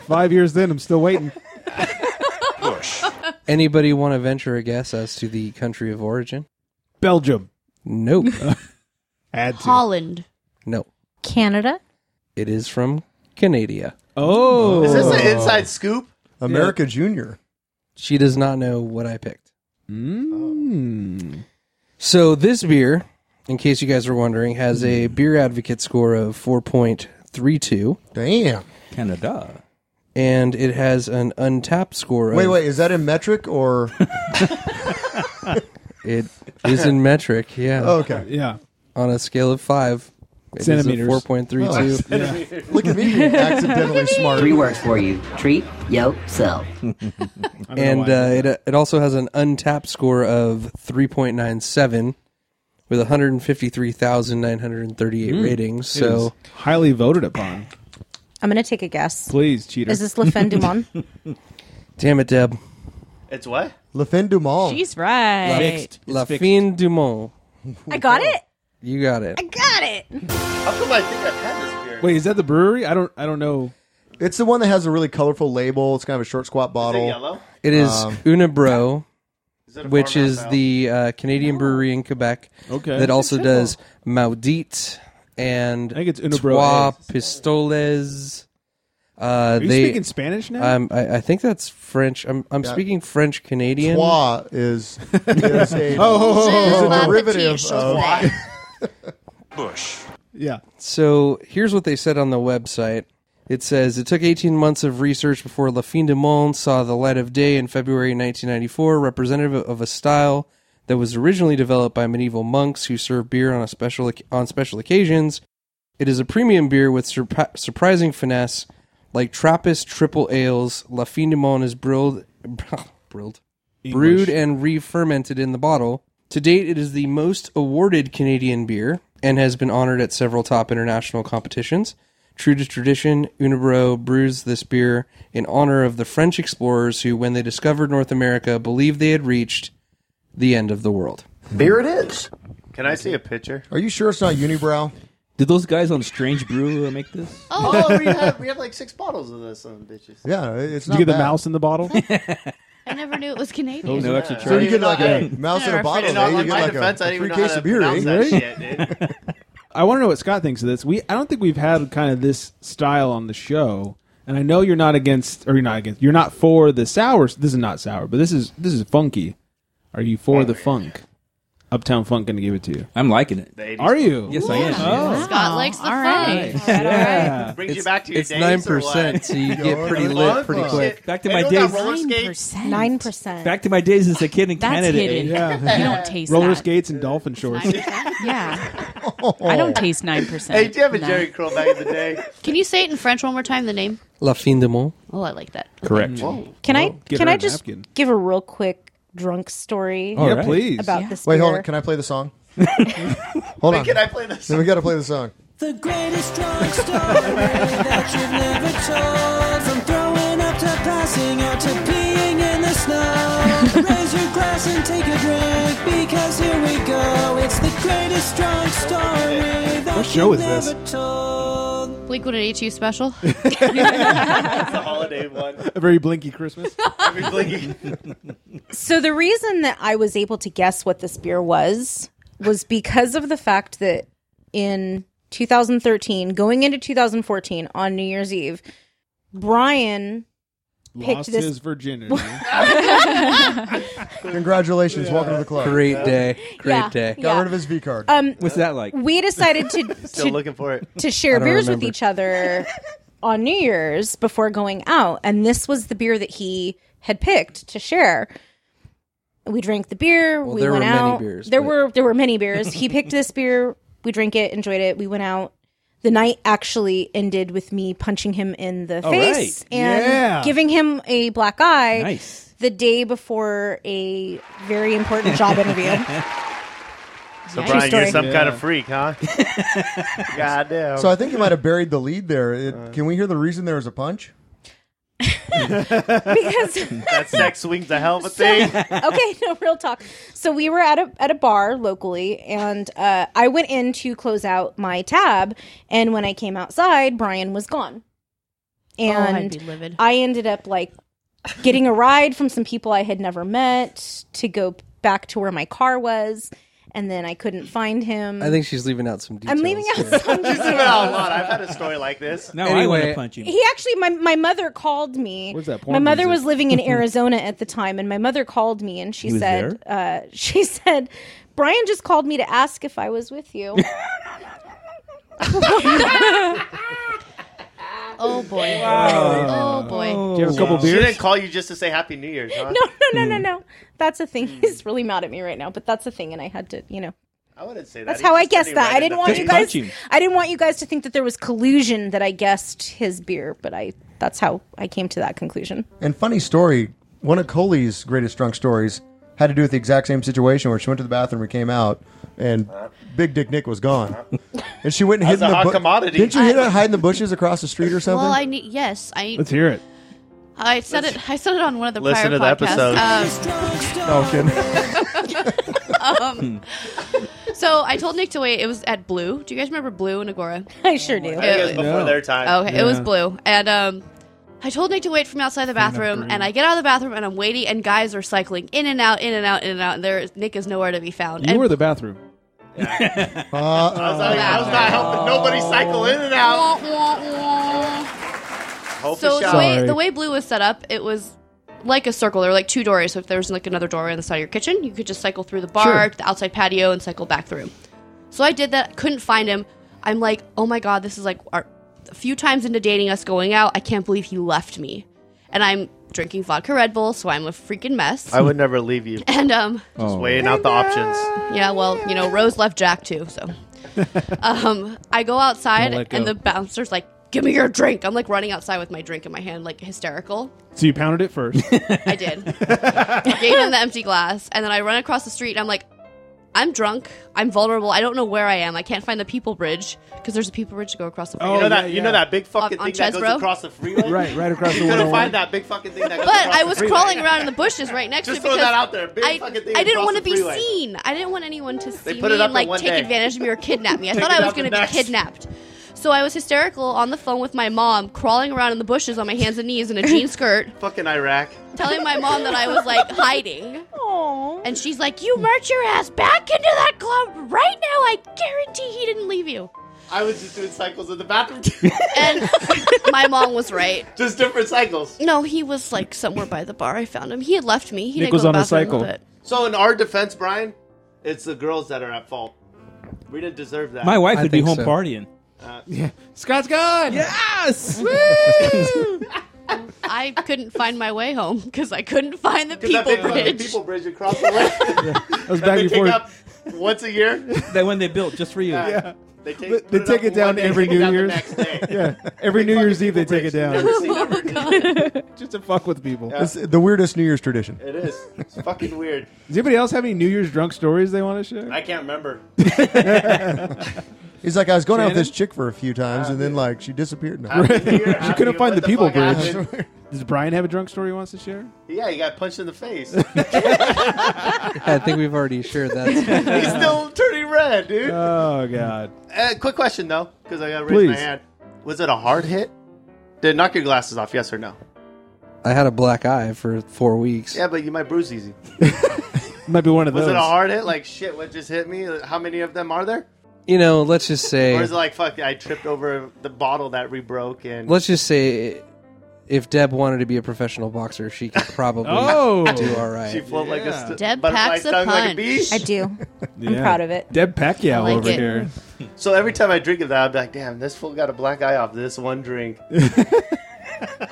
Speaker 3: Five years in, I'm still waiting.
Speaker 6: Anybody want to venture a guess as to the country of origin?
Speaker 3: Belgium.
Speaker 6: Nope.
Speaker 3: Add to.
Speaker 7: Holland.
Speaker 6: no.
Speaker 9: Canada.
Speaker 6: It is from Canada.
Speaker 3: Oh,
Speaker 2: Is this an inside scoop?
Speaker 5: America Junior.
Speaker 6: She does not know what I picked.
Speaker 3: Mm.
Speaker 6: So this beer, in case you guys were wondering, has a beer advocate score of 4.32
Speaker 5: Damn.
Speaker 4: Canada.
Speaker 6: and it has an untapped score of
Speaker 5: Wait, wait. Is that in metric or?
Speaker 6: it is in metric, yeah.
Speaker 5: Oh, okay.
Speaker 3: Yeah.
Speaker 6: On a scale of 5 It is a
Speaker 3: Centimeters.
Speaker 6: 4.32.
Speaker 3: Oh,
Speaker 6: Yeah.
Speaker 3: centimeters. Look at me, accidentally smart.
Speaker 11: Three words for you: treat yourself.
Speaker 6: and uh, it, it also has an untapped score of 3.97 with 153,938
Speaker 5: Hmm.
Speaker 3: Mm.
Speaker 6: ratings.
Speaker 3: It is
Speaker 6: So
Speaker 3: highly voted upon.
Speaker 8: I'm going to take a guess.
Speaker 3: Please, cheater.
Speaker 8: Is this Le Fen du Monde?
Speaker 6: damn it, Deb.
Speaker 2: It's what?
Speaker 6: La Fin du Monde.
Speaker 8: She's right.
Speaker 2: Fixed.
Speaker 6: La Fin du Monde.
Speaker 8: I got it.
Speaker 6: You got it.
Speaker 8: Got it.
Speaker 2: How come I think I've had this beer?
Speaker 3: Wait, is that the brewery? I don't. I don't know.
Speaker 5: It's the one that has a really colorful label. It's kind of a short squat bottle.
Speaker 2: yellow?
Speaker 6: It is
Speaker 5: Um,
Speaker 2: a
Speaker 6: Unibro, which
Speaker 2: farmhouse
Speaker 6: is the uh, Canadian brewery in Quebec
Speaker 3: Okay.
Speaker 6: that also does Maudit and I
Speaker 3: think it's Unibro
Speaker 6: Trois Pistoles. Uh,
Speaker 3: Are you
Speaker 6: they-
Speaker 3: speaking Spanish now?
Speaker 6: Um, I, I think that's French. I'm, I'm
Speaker 5: Yeah.
Speaker 6: speaking French Canadian.
Speaker 5: Trois is, is a,
Speaker 6: Oh, ho, ho, ho,
Speaker 5: is a
Speaker 6: ho.
Speaker 5: derivative
Speaker 6: Trois.
Speaker 5: of
Speaker 2: Bush.
Speaker 3: Yeah.
Speaker 6: So here's what they said on the website. It says it took 18 months of research before La Fin du Monde saw the light of day in February 1994, representative of a style that was originally developed by medieval monks who served beer on a special on special occasions. It is a premium beer with surpri- surprising finesse, like Trappist triple ales. La Fin du Monde is brilled, brilled, brewed and re-fermented in the bottle. To date, it is the most awarded Canadian beer and has been honored at several top international competitions. True to tradition, Unibro brews this beer in honor of the French explorers who, when they discovered North America, believed they had reached the end of the world.
Speaker 2: Beer it is. Can I see a picture?
Speaker 5: Are you sure it's not Unibrow?
Speaker 4: Did those guys on Strange Brew uh, make this?
Speaker 2: Oh, oh, we have we have like six bottles of this on bitches.
Speaker 5: Yeah, it's
Speaker 3: Did you
Speaker 5: not
Speaker 3: get
Speaker 5: bad.
Speaker 3: the mouse in the bottle?
Speaker 7: I never knew it was Canadian.
Speaker 3: Oh, no extra
Speaker 5: So you get like a
Speaker 3: Yeah.
Speaker 5: mouse in
Speaker 7: Yeah,
Speaker 5: a bottle.
Speaker 7: and on
Speaker 5: eh? You
Speaker 7: like
Speaker 5: get
Speaker 7: my
Speaker 5: like
Speaker 7: defense,
Speaker 5: a,
Speaker 7: I
Speaker 5: a
Speaker 7: didn't
Speaker 5: free
Speaker 7: even know
Speaker 5: case
Speaker 7: how
Speaker 5: of
Speaker 7: to
Speaker 5: beer, eh?
Speaker 7: pronounce that shit,
Speaker 3: I want to know what Scott thinks of this. We I don't think we've had kind of this style on the show. And I know you're not against or you're not against you're not for the sour. This is not sour, but this is this is funky. Are you for the funk? Uptown Funk gonna give it to you.
Speaker 4: I'm liking it.
Speaker 3: Are you?
Speaker 4: Yes, I am.
Speaker 3: Oh.
Speaker 7: Scott likes the
Speaker 12: all
Speaker 7: fun.
Speaker 12: right.
Speaker 3: Yeah.
Speaker 2: Brings you back to your
Speaker 6: it's 9%, so you get pretty lit pretty quick.
Speaker 4: Back to my days.
Speaker 8: Nine percent.
Speaker 4: Back to my days as a kid in
Speaker 12: That's
Speaker 4: Canada. eh?
Speaker 12: hidden.
Speaker 3: Yeah.
Speaker 12: You don't taste
Speaker 3: Roller
Speaker 12: that.
Speaker 3: skates and dolphin shorts.
Speaker 12: Yeah.
Speaker 5: Oh.
Speaker 12: I don't
Speaker 4: Oh.
Speaker 12: taste 9%.
Speaker 2: Hey, do you have a
Speaker 12: No.
Speaker 2: Jerry Curl back in the day?
Speaker 7: Can you say it in French one more time? The name?
Speaker 6: La fin du monde.
Speaker 7: Oh, I like that.
Speaker 4: Correct.
Speaker 8: Can I
Speaker 6: give
Speaker 8: can
Speaker 6: her
Speaker 8: I
Speaker 6: a
Speaker 8: just
Speaker 6: napkin.
Speaker 8: give a real quick drunk story?
Speaker 5: Yeah, All right. please.
Speaker 8: About this.
Speaker 5: Wait, hold
Speaker 8: beer?
Speaker 5: on. Can I play the song? hold
Speaker 2: Wait,
Speaker 5: on.
Speaker 2: can I play the
Speaker 5: Then we got to play the song.
Speaker 13: The greatest drunk story that you've never told. From throwing up to passing out to peeing in the snow. Raise your glass and take a drink because here we go. It's the greatest drunk story that
Speaker 3: What show
Speaker 13: you've
Speaker 3: is this?
Speaker 13: never told.
Speaker 7: Blink 182 E special.
Speaker 2: That's the holiday one.
Speaker 3: A very blinky Christmas.
Speaker 2: Every blinky.
Speaker 8: So the reason that I was able to guess what this beer was was because of the fact that in 2013, going into 2014 on New Year's Eve, Brian
Speaker 3: Lost
Speaker 8: picked this.
Speaker 3: his virginity.
Speaker 5: Congratulations. Welcome to the club.
Speaker 6: Great day. Great
Speaker 8: Yeah.
Speaker 6: day.
Speaker 5: Got
Speaker 8: Yeah.
Speaker 5: rid of his V card.
Speaker 8: um,
Speaker 4: What's that like?
Speaker 8: we decided to
Speaker 2: Still
Speaker 8: to,
Speaker 2: looking for it.
Speaker 8: to
Speaker 6: I
Speaker 8: share
Speaker 6: don't
Speaker 8: beers
Speaker 6: remember.
Speaker 8: with each other on New Year's before going out, and this was the beer that he had picked to share. We drank the beer.
Speaker 6: Well,
Speaker 8: we
Speaker 6: there
Speaker 8: went
Speaker 6: were many
Speaker 8: out.
Speaker 6: beers,
Speaker 8: there
Speaker 6: but-
Speaker 8: were there were many beers. He picked this beer. We drank it, enjoyed it. We went out. The night actually ended with me punching him in the
Speaker 4: All
Speaker 8: face
Speaker 4: Oh, right.
Speaker 8: and
Speaker 4: Yeah.
Speaker 8: giving him a black eye.
Speaker 4: Nice.
Speaker 8: The day before a very important job interview.
Speaker 2: So
Speaker 8: True
Speaker 2: Brian, you're
Speaker 8: story.
Speaker 2: some kind
Speaker 5: Yeah.
Speaker 2: of freak, huh? Goddamn.
Speaker 5: So I think you might have buried the lead there. It- can we hear the reason there was a punch?
Speaker 2: that sex swings a hell of a thing.
Speaker 8: okay, no real talk. So we were at a at a bar locally, and uh, I went in to close out my tab, and when I came outside, Brian was gone,
Speaker 7: Oh, I'd
Speaker 8: and
Speaker 7: be livid.
Speaker 8: I ended up like getting a ride from some people I had never met to go back to where my car was, and then I couldn't find him.
Speaker 6: I think she's leaving out some details.
Speaker 8: I'm leaving out some.
Speaker 2: She's living out a lot. I've had a story like this.
Speaker 4: No, Oh, I
Speaker 6: Anyway.
Speaker 4: want to punch you.
Speaker 8: He actually, my, my mother called me.
Speaker 3: What's that
Speaker 8: My
Speaker 3: porn
Speaker 8: mother
Speaker 3: music?
Speaker 8: was living in Arizona at the time, and my mother called me, and she
Speaker 4: He was
Speaker 8: said, uh, she said, Brian just called me to ask if I was with you.
Speaker 7: Oh boy.
Speaker 3: Wow.
Speaker 7: Oh boy.
Speaker 3: you have a couple
Speaker 2: She
Speaker 3: beers?
Speaker 2: didn't call you just to say Happy New Year's, huh?
Speaker 3: Hmm.
Speaker 8: no, no, no, no, no. That's a thing. He's really mad at me right now, but that's a thing, and I had to, you know,
Speaker 2: I wouldn't say that.
Speaker 9: That's
Speaker 2: He
Speaker 9: how I
Speaker 2: just said
Speaker 9: guessed
Speaker 2: he
Speaker 9: that.
Speaker 2: ran
Speaker 9: I didn't
Speaker 2: into
Speaker 9: want you
Speaker 2: people.
Speaker 9: guys. I didn't want you guys to think that there was collusion that I guessed his beer, but I. That's how I came to that conclusion.
Speaker 5: And funny story, one of Coley's greatest drunk stories had to do with the exact same situation where she went to the bathroom and came out, and Big Dick Nick was gone, and she went and hid
Speaker 2: That's a
Speaker 5: in the
Speaker 2: hot
Speaker 5: bu-
Speaker 2: commodity.
Speaker 5: Didn't you hit her hide in the bushes across the street or something?
Speaker 7: Well, I need. Yes, I.
Speaker 5: hear it.
Speaker 7: I said it. I said it on one of the
Speaker 5: Listen
Speaker 7: prior
Speaker 5: to the
Speaker 7: Um, podcasts.
Speaker 8: Oh,
Speaker 5: No I'm kidding.
Speaker 7: Um, um, so I told Nick to wait. It was at Blue. Do you guys remember Blue and Agora?
Speaker 9: I sure do.
Speaker 2: I think it was before
Speaker 7: Yeah.
Speaker 2: their time.
Speaker 7: Okay, Oh, it was
Speaker 2: Yeah.
Speaker 7: Blue, and um, I told Nick to wait for me outside the bathroom, and I get out of the bathroom and I'm waiting, and guys are cycling in and out, in and out, in and out, and there Nick is nowhere to be found.
Speaker 3: You
Speaker 7: and
Speaker 3: were the bathroom.
Speaker 5: Uh,
Speaker 2: I was, like,
Speaker 9: Oh.
Speaker 2: I was not helping nobody cycle in and out. Hope
Speaker 7: so
Speaker 2: is
Speaker 7: the
Speaker 2: shot.
Speaker 7: way, the way blue was set up, it was like a circle. There were like two doors. So if there was like another doorway on the side of your kitchen, you could just cycle through the bar
Speaker 14: Sure.
Speaker 7: to the outside patio and cycle back through. So I did that. Couldn't find him. I'm like, oh my god, this is like our, a few times into dating us going out. I can't believe he left me, and I'm drinking vodka Red Bull, so I'm a freaking mess.
Speaker 2: I would never leave you. Just
Speaker 7: And um,
Speaker 2: weighing out the options.
Speaker 7: yeah, well, you know, Rose left Jack too, so. Um, I go outside
Speaker 3: Don't let go.
Speaker 7: and the bouncer's like, "Give me your drink." I'm like running outside with my drink in my hand, like hysterical.
Speaker 3: So you pounded it first.
Speaker 7: I did. Gave him the empty glass, and then I run across the street and I'm like, "I'm drunk. I'm vulnerable. I don't know where I am. I can't find the people bridge because there's a people bridge to go across the freeway."
Speaker 2: you know that you know that big fucking
Speaker 7: On- on
Speaker 2: thing that goes
Speaker 7: Chesbro?
Speaker 2: across the freeway.
Speaker 3: Right, right across
Speaker 2: you
Speaker 3: the
Speaker 2: couldn't
Speaker 3: 101.
Speaker 2: find that big fucking thing that goes
Speaker 7: But
Speaker 2: across
Speaker 7: I
Speaker 2: the
Speaker 7: was
Speaker 2: freeway.
Speaker 7: crawling around in the bushes right next
Speaker 2: Just
Speaker 7: to it
Speaker 2: throw
Speaker 7: because
Speaker 2: that out there. Big
Speaker 7: I,
Speaker 2: fucking thing
Speaker 7: I didn't
Speaker 2: across
Speaker 7: want
Speaker 2: the
Speaker 7: to be
Speaker 2: freeway.
Speaker 7: seen. I didn't want anyone to see
Speaker 2: put
Speaker 7: me
Speaker 2: it up
Speaker 7: and
Speaker 2: in
Speaker 7: like
Speaker 2: one
Speaker 7: take
Speaker 2: day.
Speaker 7: advantage of me or kidnap me. I
Speaker 2: Take
Speaker 7: thought
Speaker 2: it
Speaker 7: I was
Speaker 2: up in
Speaker 7: going to be
Speaker 2: next.
Speaker 7: kidnapped. So I was hysterical on the phone with my mom, crawling around in the bushes on my hands and knees in a jean skirt,
Speaker 2: Fucking Iraq.
Speaker 7: telling my mom that I was like hiding. And she's like, "You march your ass back into that club right now. I guarantee he didn't leave you."
Speaker 2: I was just doing cycles in the bathroom.
Speaker 7: My mom was right.
Speaker 2: just different cycles.
Speaker 7: No, he was like somewhere by the bar. I found him. He had left me. He
Speaker 3: Nick
Speaker 7: didn't
Speaker 3: was
Speaker 7: go
Speaker 3: on
Speaker 7: to
Speaker 3: a
Speaker 7: the bathroom,
Speaker 3: cycle.
Speaker 7: but-
Speaker 2: So in our defense, Brian, it's the girls that are at fault. We didn't deserve that.
Speaker 4: My wife would be home partying.
Speaker 2: Uh,
Speaker 3: Scott's gone.
Speaker 4: Yes.
Speaker 7: I couldn't find my way home because I couldn't find the
Speaker 2: 'Cause that
Speaker 7: people
Speaker 2: big fucking
Speaker 7: bridge.
Speaker 2: people bridge across the lake.
Speaker 3: That was
Speaker 2: That
Speaker 3: back
Speaker 2: they
Speaker 3: before.
Speaker 2: take up once a year.
Speaker 4: that one they built just for you.
Speaker 2: Yeah. They take, put
Speaker 3: They
Speaker 2: it
Speaker 3: take
Speaker 2: up
Speaker 3: it down
Speaker 2: one day,
Speaker 3: every
Speaker 2: take it
Speaker 3: New
Speaker 2: down the
Speaker 3: Year's.
Speaker 2: next day.
Speaker 3: Yeah, every New Year's Eve they take it down.
Speaker 2: Never seen ever again.
Speaker 3: Just to fuck with people.
Speaker 5: It's the weirdest New Year's tradition.
Speaker 2: It is. It's fucking weird.
Speaker 3: Does anybody else have any New Year's drunk stories they want to share?
Speaker 2: I can't remember.
Speaker 5: He's like, I was going out with
Speaker 3: Shannon?
Speaker 5: this chick for a few times, and then like she disappeared. No.
Speaker 3: she couldn't find the, people bridge.
Speaker 2: happened?
Speaker 3: Does Brian have a drunk story he wants to share?
Speaker 2: Yeah, he got punched in the face.
Speaker 6: I think we've already shared
Speaker 2: He's
Speaker 6: that.
Speaker 2: still turning red, dude.
Speaker 3: Oh god.
Speaker 2: Uh, quick question though, because I got to raise my
Speaker 6: Please.
Speaker 2: hand. Was it a hard hit? Did it knock your glasses off? Yes or no?
Speaker 6: I had a black eye for four weeks.
Speaker 2: Yeah, but you might bruise easy.
Speaker 3: Might be one of
Speaker 2: Was
Speaker 6: those.
Speaker 2: it a hard hit? Like shit, what just hit me? How many of them are there?
Speaker 6: You know, let's just
Speaker 2: Or
Speaker 6: say,
Speaker 2: is it like fuck? I tripped over the bottle that re broke and
Speaker 6: let's just say, if Deb wanted to be a professional boxer, she could probably
Speaker 3: Oh.
Speaker 6: do all right.
Speaker 2: She float like a st-
Speaker 7: Deb
Speaker 2: butterfly
Speaker 7: packs a
Speaker 2: stung like a
Speaker 7: punch.
Speaker 2: bee.
Speaker 9: I do. I'm
Speaker 3: Yeah.
Speaker 9: proud of it.
Speaker 3: Deb Pacquiao
Speaker 7: I like
Speaker 3: over
Speaker 7: it.
Speaker 3: here.
Speaker 2: So every time I drink of that, I'm like, damn, this fool got a black eye off this one drink.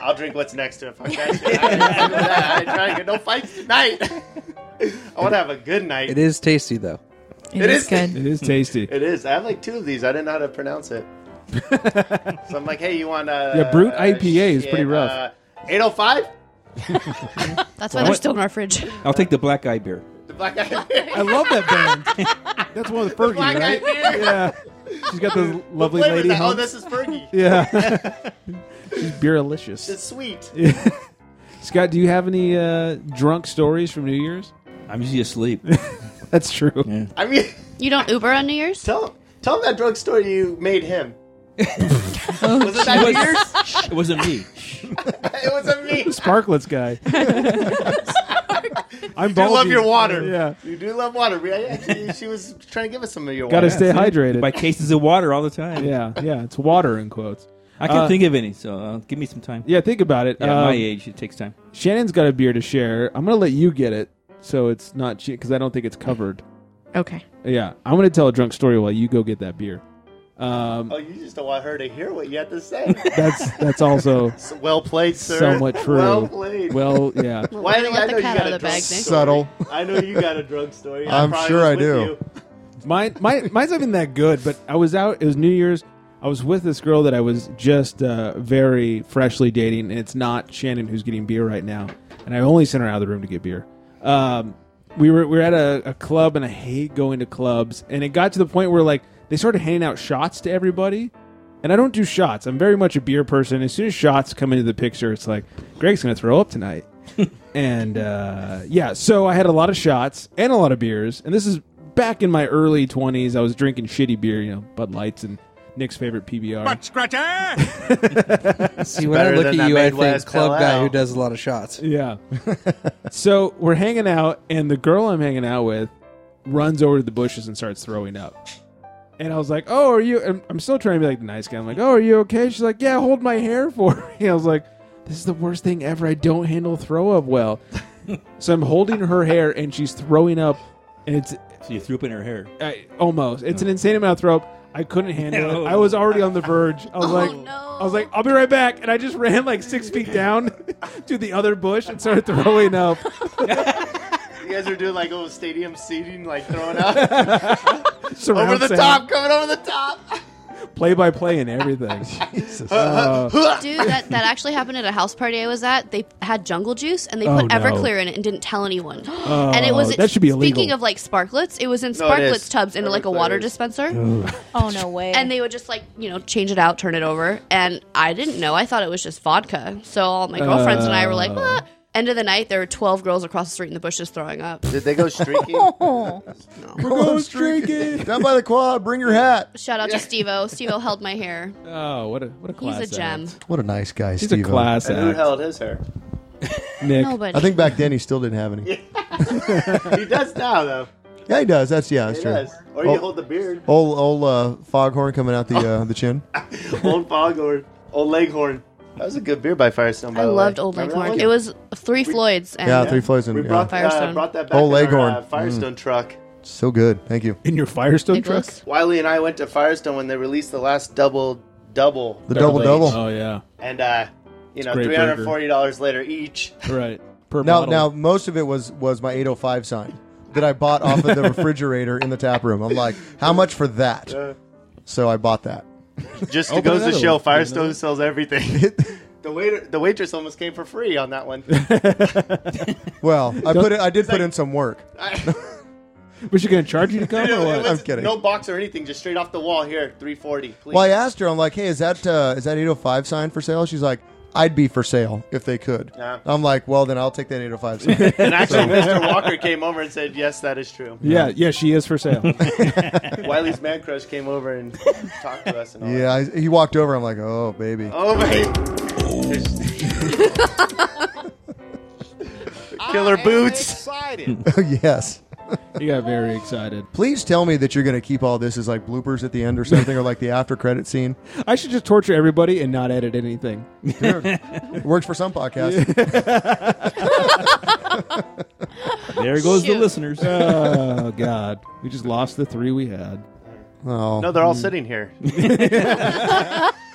Speaker 2: I'll drink what's next to it. Fuck that shit. I ain't trying to get no fights tonight. I want to have a good night.
Speaker 6: It is tasty though.
Speaker 2: It is is good.
Speaker 3: It is tasty.
Speaker 2: It is. I have like two of these. I didn't know how to pronounce it. so I'm like, hey, you want uh,
Speaker 3: Yeah, brute IPA is
Speaker 2: shit,
Speaker 3: pretty rough.
Speaker 2: Uh, 805?
Speaker 7: That's
Speaker 4: I
Speaker 7: why they're
Speaker 4: want-
Speaker 7: still in our fridge.
Speaker 4: I'll take the black eye beer.
Speaker 2: The black eye.
Speaker 3: I love that band. That's one of the Fergie,
Speaker 2: black
Speaker 3: right?
Speaker 2: eyed beer.
Speaker 3: Yeah. She's got those
Speaker 2: What
Speaker 3: lovely
Speaker 2: flavor is
Speaker 3: lady.
Speaker 2: that? Oh,
Speaker 3: humps.
Speaker 2: this is Fergie.
Speaker 3: Yeah. She's beerlicious.
Speaker 2: It's sweet.
Speaker 3: Yeah. Scott, do you have any uh, drunk stories from New Year's?
Speaker 4: I'm usually asleep.
Speaker 3: That's true.
Speaker 2: I mean,
Speaker 7: You don't Uber on New Year's?
Speaker 2: tell, tell him that drug store you made him. was it that
Speaker 4: It was-
Speaker 2: yours?
Speaker 4: It wasn't me.
Speaker 2: It wasn't me.
Speaker 3: Sparklets guy. I'm
Speaker 2: You do love
Speaker 3: baldy.
Speaker 2: your water.
Speaker 3: Yeah.
Speaker 2: You do love water. We- I- She, she was trying to give us some of your
Speaker 3: Got to
Speaker 2: water.
Speaker 3: stay hydrated.
Speaker 4: By cases of water all the time.
Speaker 3: yeah, yeah. It's water in quotes.
Speaker 4: I can't
Speaker 3: Uh,
Speaker 4: think of any, so uh, give me some time.
Speaker 3: Yeah, think about it.
Speaker 4: Yeah, at my
Speaker 3: Um,
Speaker 4: age, it takes time.
Speaker 3: Shannon's got a beer to share. I'm going to let you get it so it's not because I don't think it's covered.
Speaker 8: Okay.
Speaker 3: Yeah, I'm going to tell a drunk story while you go get that beer. Um,
Speaker 2: Oh, you just don't want her to hear what you had to say.
Speaker 3: that's that's also
Speaker 2: S- well played, sir.
Speaker 3: somewhat true.
Speaker 2: Well played.
Speaker 3: Well, yeah.
Speaker 7: Well,
Speaker 2: Why
Speaker 7: we're
Speaker 2: do I
Speaker 7: gonna
Speaker 2: know
Speaker 7: let the
Speaker 2: you
Speaker 7: cat out
Speaker 2: got
Speaker 7: of
Speaker 2: a
Speaker 7: the
Speaker 2: drug
Speaker 7: bag,
Speaker 2: story?
Speaker 7: Nick.
Speaker 5: Subtle.
Speaker 2: I know you got a drug story.
Speaker 5: I'm
Speaker 2: probably
Speaker 5: sure
Speaker 2: was
Speaker 5: I
Speaker 2: with
Speaker 5: do.
Speaker 2: you.
Speaker 3: Mine, mine, mine's not even that good. But I was out. It was New Year's. I was with this girl that I was just uh, very freshly dating, and it's not Shannon who's getting beer right now. And I only sent her out of the room to get beer. Um, we were we were at a, a club, and I hate going to clubs. And it got to the point where like they started handing out shots to everybody. And I don't do shots. I'm very much a beer person. As soon as shots come into the picture, it's like Greg's going to throw up tonight. and uh, yeah, so I had a lot of shots and a lot of beers. And this is back in my early 20s. I was drinking shitty beer, you know, Bud Lights and Nick's favorite PBR.
Speaker 15: scratcher.
Speaker 6: See, when I
Speaker 3: Better
Speaker 6: look
Speaker 3: than
Speaker 6: at
Speaker 3: that
Speaker 6: you, I think
Speaker 3: Midwest
Speaker 6: club guy
Speaker 3: LL.
Speaker 6: who does a lot of shots.
Speaker 3: Yeah. so we're hanging out, and the girl I'm hanging out with runs over to the bushes and starts throwing up. And I was like, "Oh, are you?" I'm, I'm still trying to be like the nice guy. I'm like, "Oh, are you okay?" She's like, "Yeah, hold my hair for me." I was like, "This is the worst thing ever. I don't handle throw up well." so I'm holding her hair, and she's throwing up, and it's
Speaker 4: So you threw up in her hair.
Speaker 3: I, almost. It's an insane amount of throw up. I couldn't handle
Speaker 4: No.
Speaker 3: it. I was already on the verge. I was like, I was like, I'll be right back, and I just ran like six feet down to the other bush and started throwing up.
Speaker 2: You guys are doing like old stadium seating, like throwing up.
Speaker 3: Surround
Speaker 2: over the
Speaker 3: sound.
Speaker 2: top, coming over the top.
Speaker 3: play by play and everything. Uh,
Speaker 7: Dude, that, that actually happened at a house party I was at. They had jungle juice and they
Speaker 3: Oh,
Speaker 7: put
Speaker 3: no.
Speaker 7: Everclear in it and didn't tell anyone.
Speaker 3: Oh,
Speaker 7: and it was
Speaker 3: that should be
Speaker 7: speaking
Speaker 3: illegal.
Speaker 7: of like sparklets, it was in
Speaker 3: No, it
Speaker 7: sparklets
Speaker 3: is.
Speaker 7: tubs in like a water dispenser.
Speaker 9: Oh no way!
Speaker 7: And they would just like you know change it out, turn it over, and I didn't know. I thought it was just vodka. So all my girlfriends and I were like,
Speaker 2: Oh.
Speaker 7: "Ah." end of the night, there were twelve girls across the street in the bushes throwing up.
Speaker 2: Did they go streaking?
Speaker 5: We're going streaking down by the quad. Bring your hat.
Speaker 7: Shout out to Stevo. Stevo held my hair.
Speaker 3: oh, what a what a
Speaker 7: He's a
Speaker 3: class
Speaker 7: gem.
Speaker 3: act.
Speaker 5: What a nice guy,
Speaker 3: He's
Speaker 5: Steve-O.
Speaker 3: a class
Speaker 2: and who
Speaker 3: act.
Speaker 2: held his hair?
Speaker 3: Nick.
Speaker 7: Nobody.
Speaker 5: I think back then he still didn't have any.
Speaker 2: he does now, though.
Speaker 5: Yeah, he does. That's yeah, that's
Speaker 2: He
Speaker 5: true.
Speaker 2: does. Or you hold the beard.
Speaker 5: Old old uh, foghorn coming out the uh, the chin.
Speaker 2: old Foghorn, old Leghorn. That was a good beer by Firestone. By
Speaker 7: I
Speaker 2: the way.
Speaker 7: loved Old
Speaker 2: Remember
Speaker 7: Leghorn.
Speaker 2: that
Speaker 7: It
Speaker 2: one?
Speaker 7: was three Floyds. And
Speaker 5: yeah, three flies in.
Speaker 2: We
Speaker 5: yeah.
Speaker 2: brought, uh,
Speaker 7: Firestone.
Speaker 2: brought that back.
Speaker 5: Old
Speaker 2: in our,
Speaker 5: Leghorn. Mm.
Speaker 2: uh, Firestone truck.
Speaker 5: So good. Thank you.
Speaker 3: In your Firestone truck?
Speaker 2: Wiley and I went to Firestone when they released the last double double.
Speaker 5: The double double.
Speaker 3: Oh yeah.
Speaker 2: And uh, you know,
Speaker 3: great
Speaker 2: three
Speaker 3: burger.
Speaker 2: hundred forty dollars later each.
Speaker 3: Right. Per
Speaker 5: now,
Speaker 3: bottle.
Speaker 5: now most of it was was my 805 sign that I bought off of the refrigerator in the tap room. I'm like, how much for that? So I bought that.
Speaker 2: Just
Speaker 5: Open
Speaker 2: goes to
Speaker 5: another
Speaker 2: show,
Speaker 5: one.
Speaker 2: Firestone sells everything. the waiter, the waitress almost came for free on that one.
Speaker 5: Well, I put it. I did put in some work.
Speaker 3: Was she going to charge you to come
Speaker 2: It
Speaker 5: or what?
Speaker 2: was
Speaker 5: I'm kidding.
Speaker 2: No box or anything, just straight off the wall here, three forty. Please.
Speaker 5: Well, I asked her. I'm like, hey, is that uh, is that 805 sign for sale? She's like, I'd be for sale if they could.
Speaker 2: Yeah.
Speaker 5: I'm like, well, then I'll take that 805 sign.
Speaker 2: and actually,
Speaker 5: So-
Speaker 2: Mr. Walker came over and said, "Yes, that is true."
Speaker 3: yeah, yeah, she is for sale.
Speaker 2: Wiley's man crush came over and talked to us and all.
Speaker 5: yeah, I, he walked over. I'm like, oh baby.
Speaker 2: Oh my! Killer boots.
Speaker 5: yes.
Speaker 3: you got very excited.
Speaker 5: Please tell me that you're going to keep all this as like bloopers at the end or something, or like the after credit scene.
Speaker 3: I should just torture everybody and not edit anything.
Speaker 5: It works for some podcasts.
Speaker 4: There goes the listeners.
Speaker 3: oh God, we just lost the three we had.
Speaker 5: Oh.
Speaker 2: No, they're all sitting here.
Speaker 6: What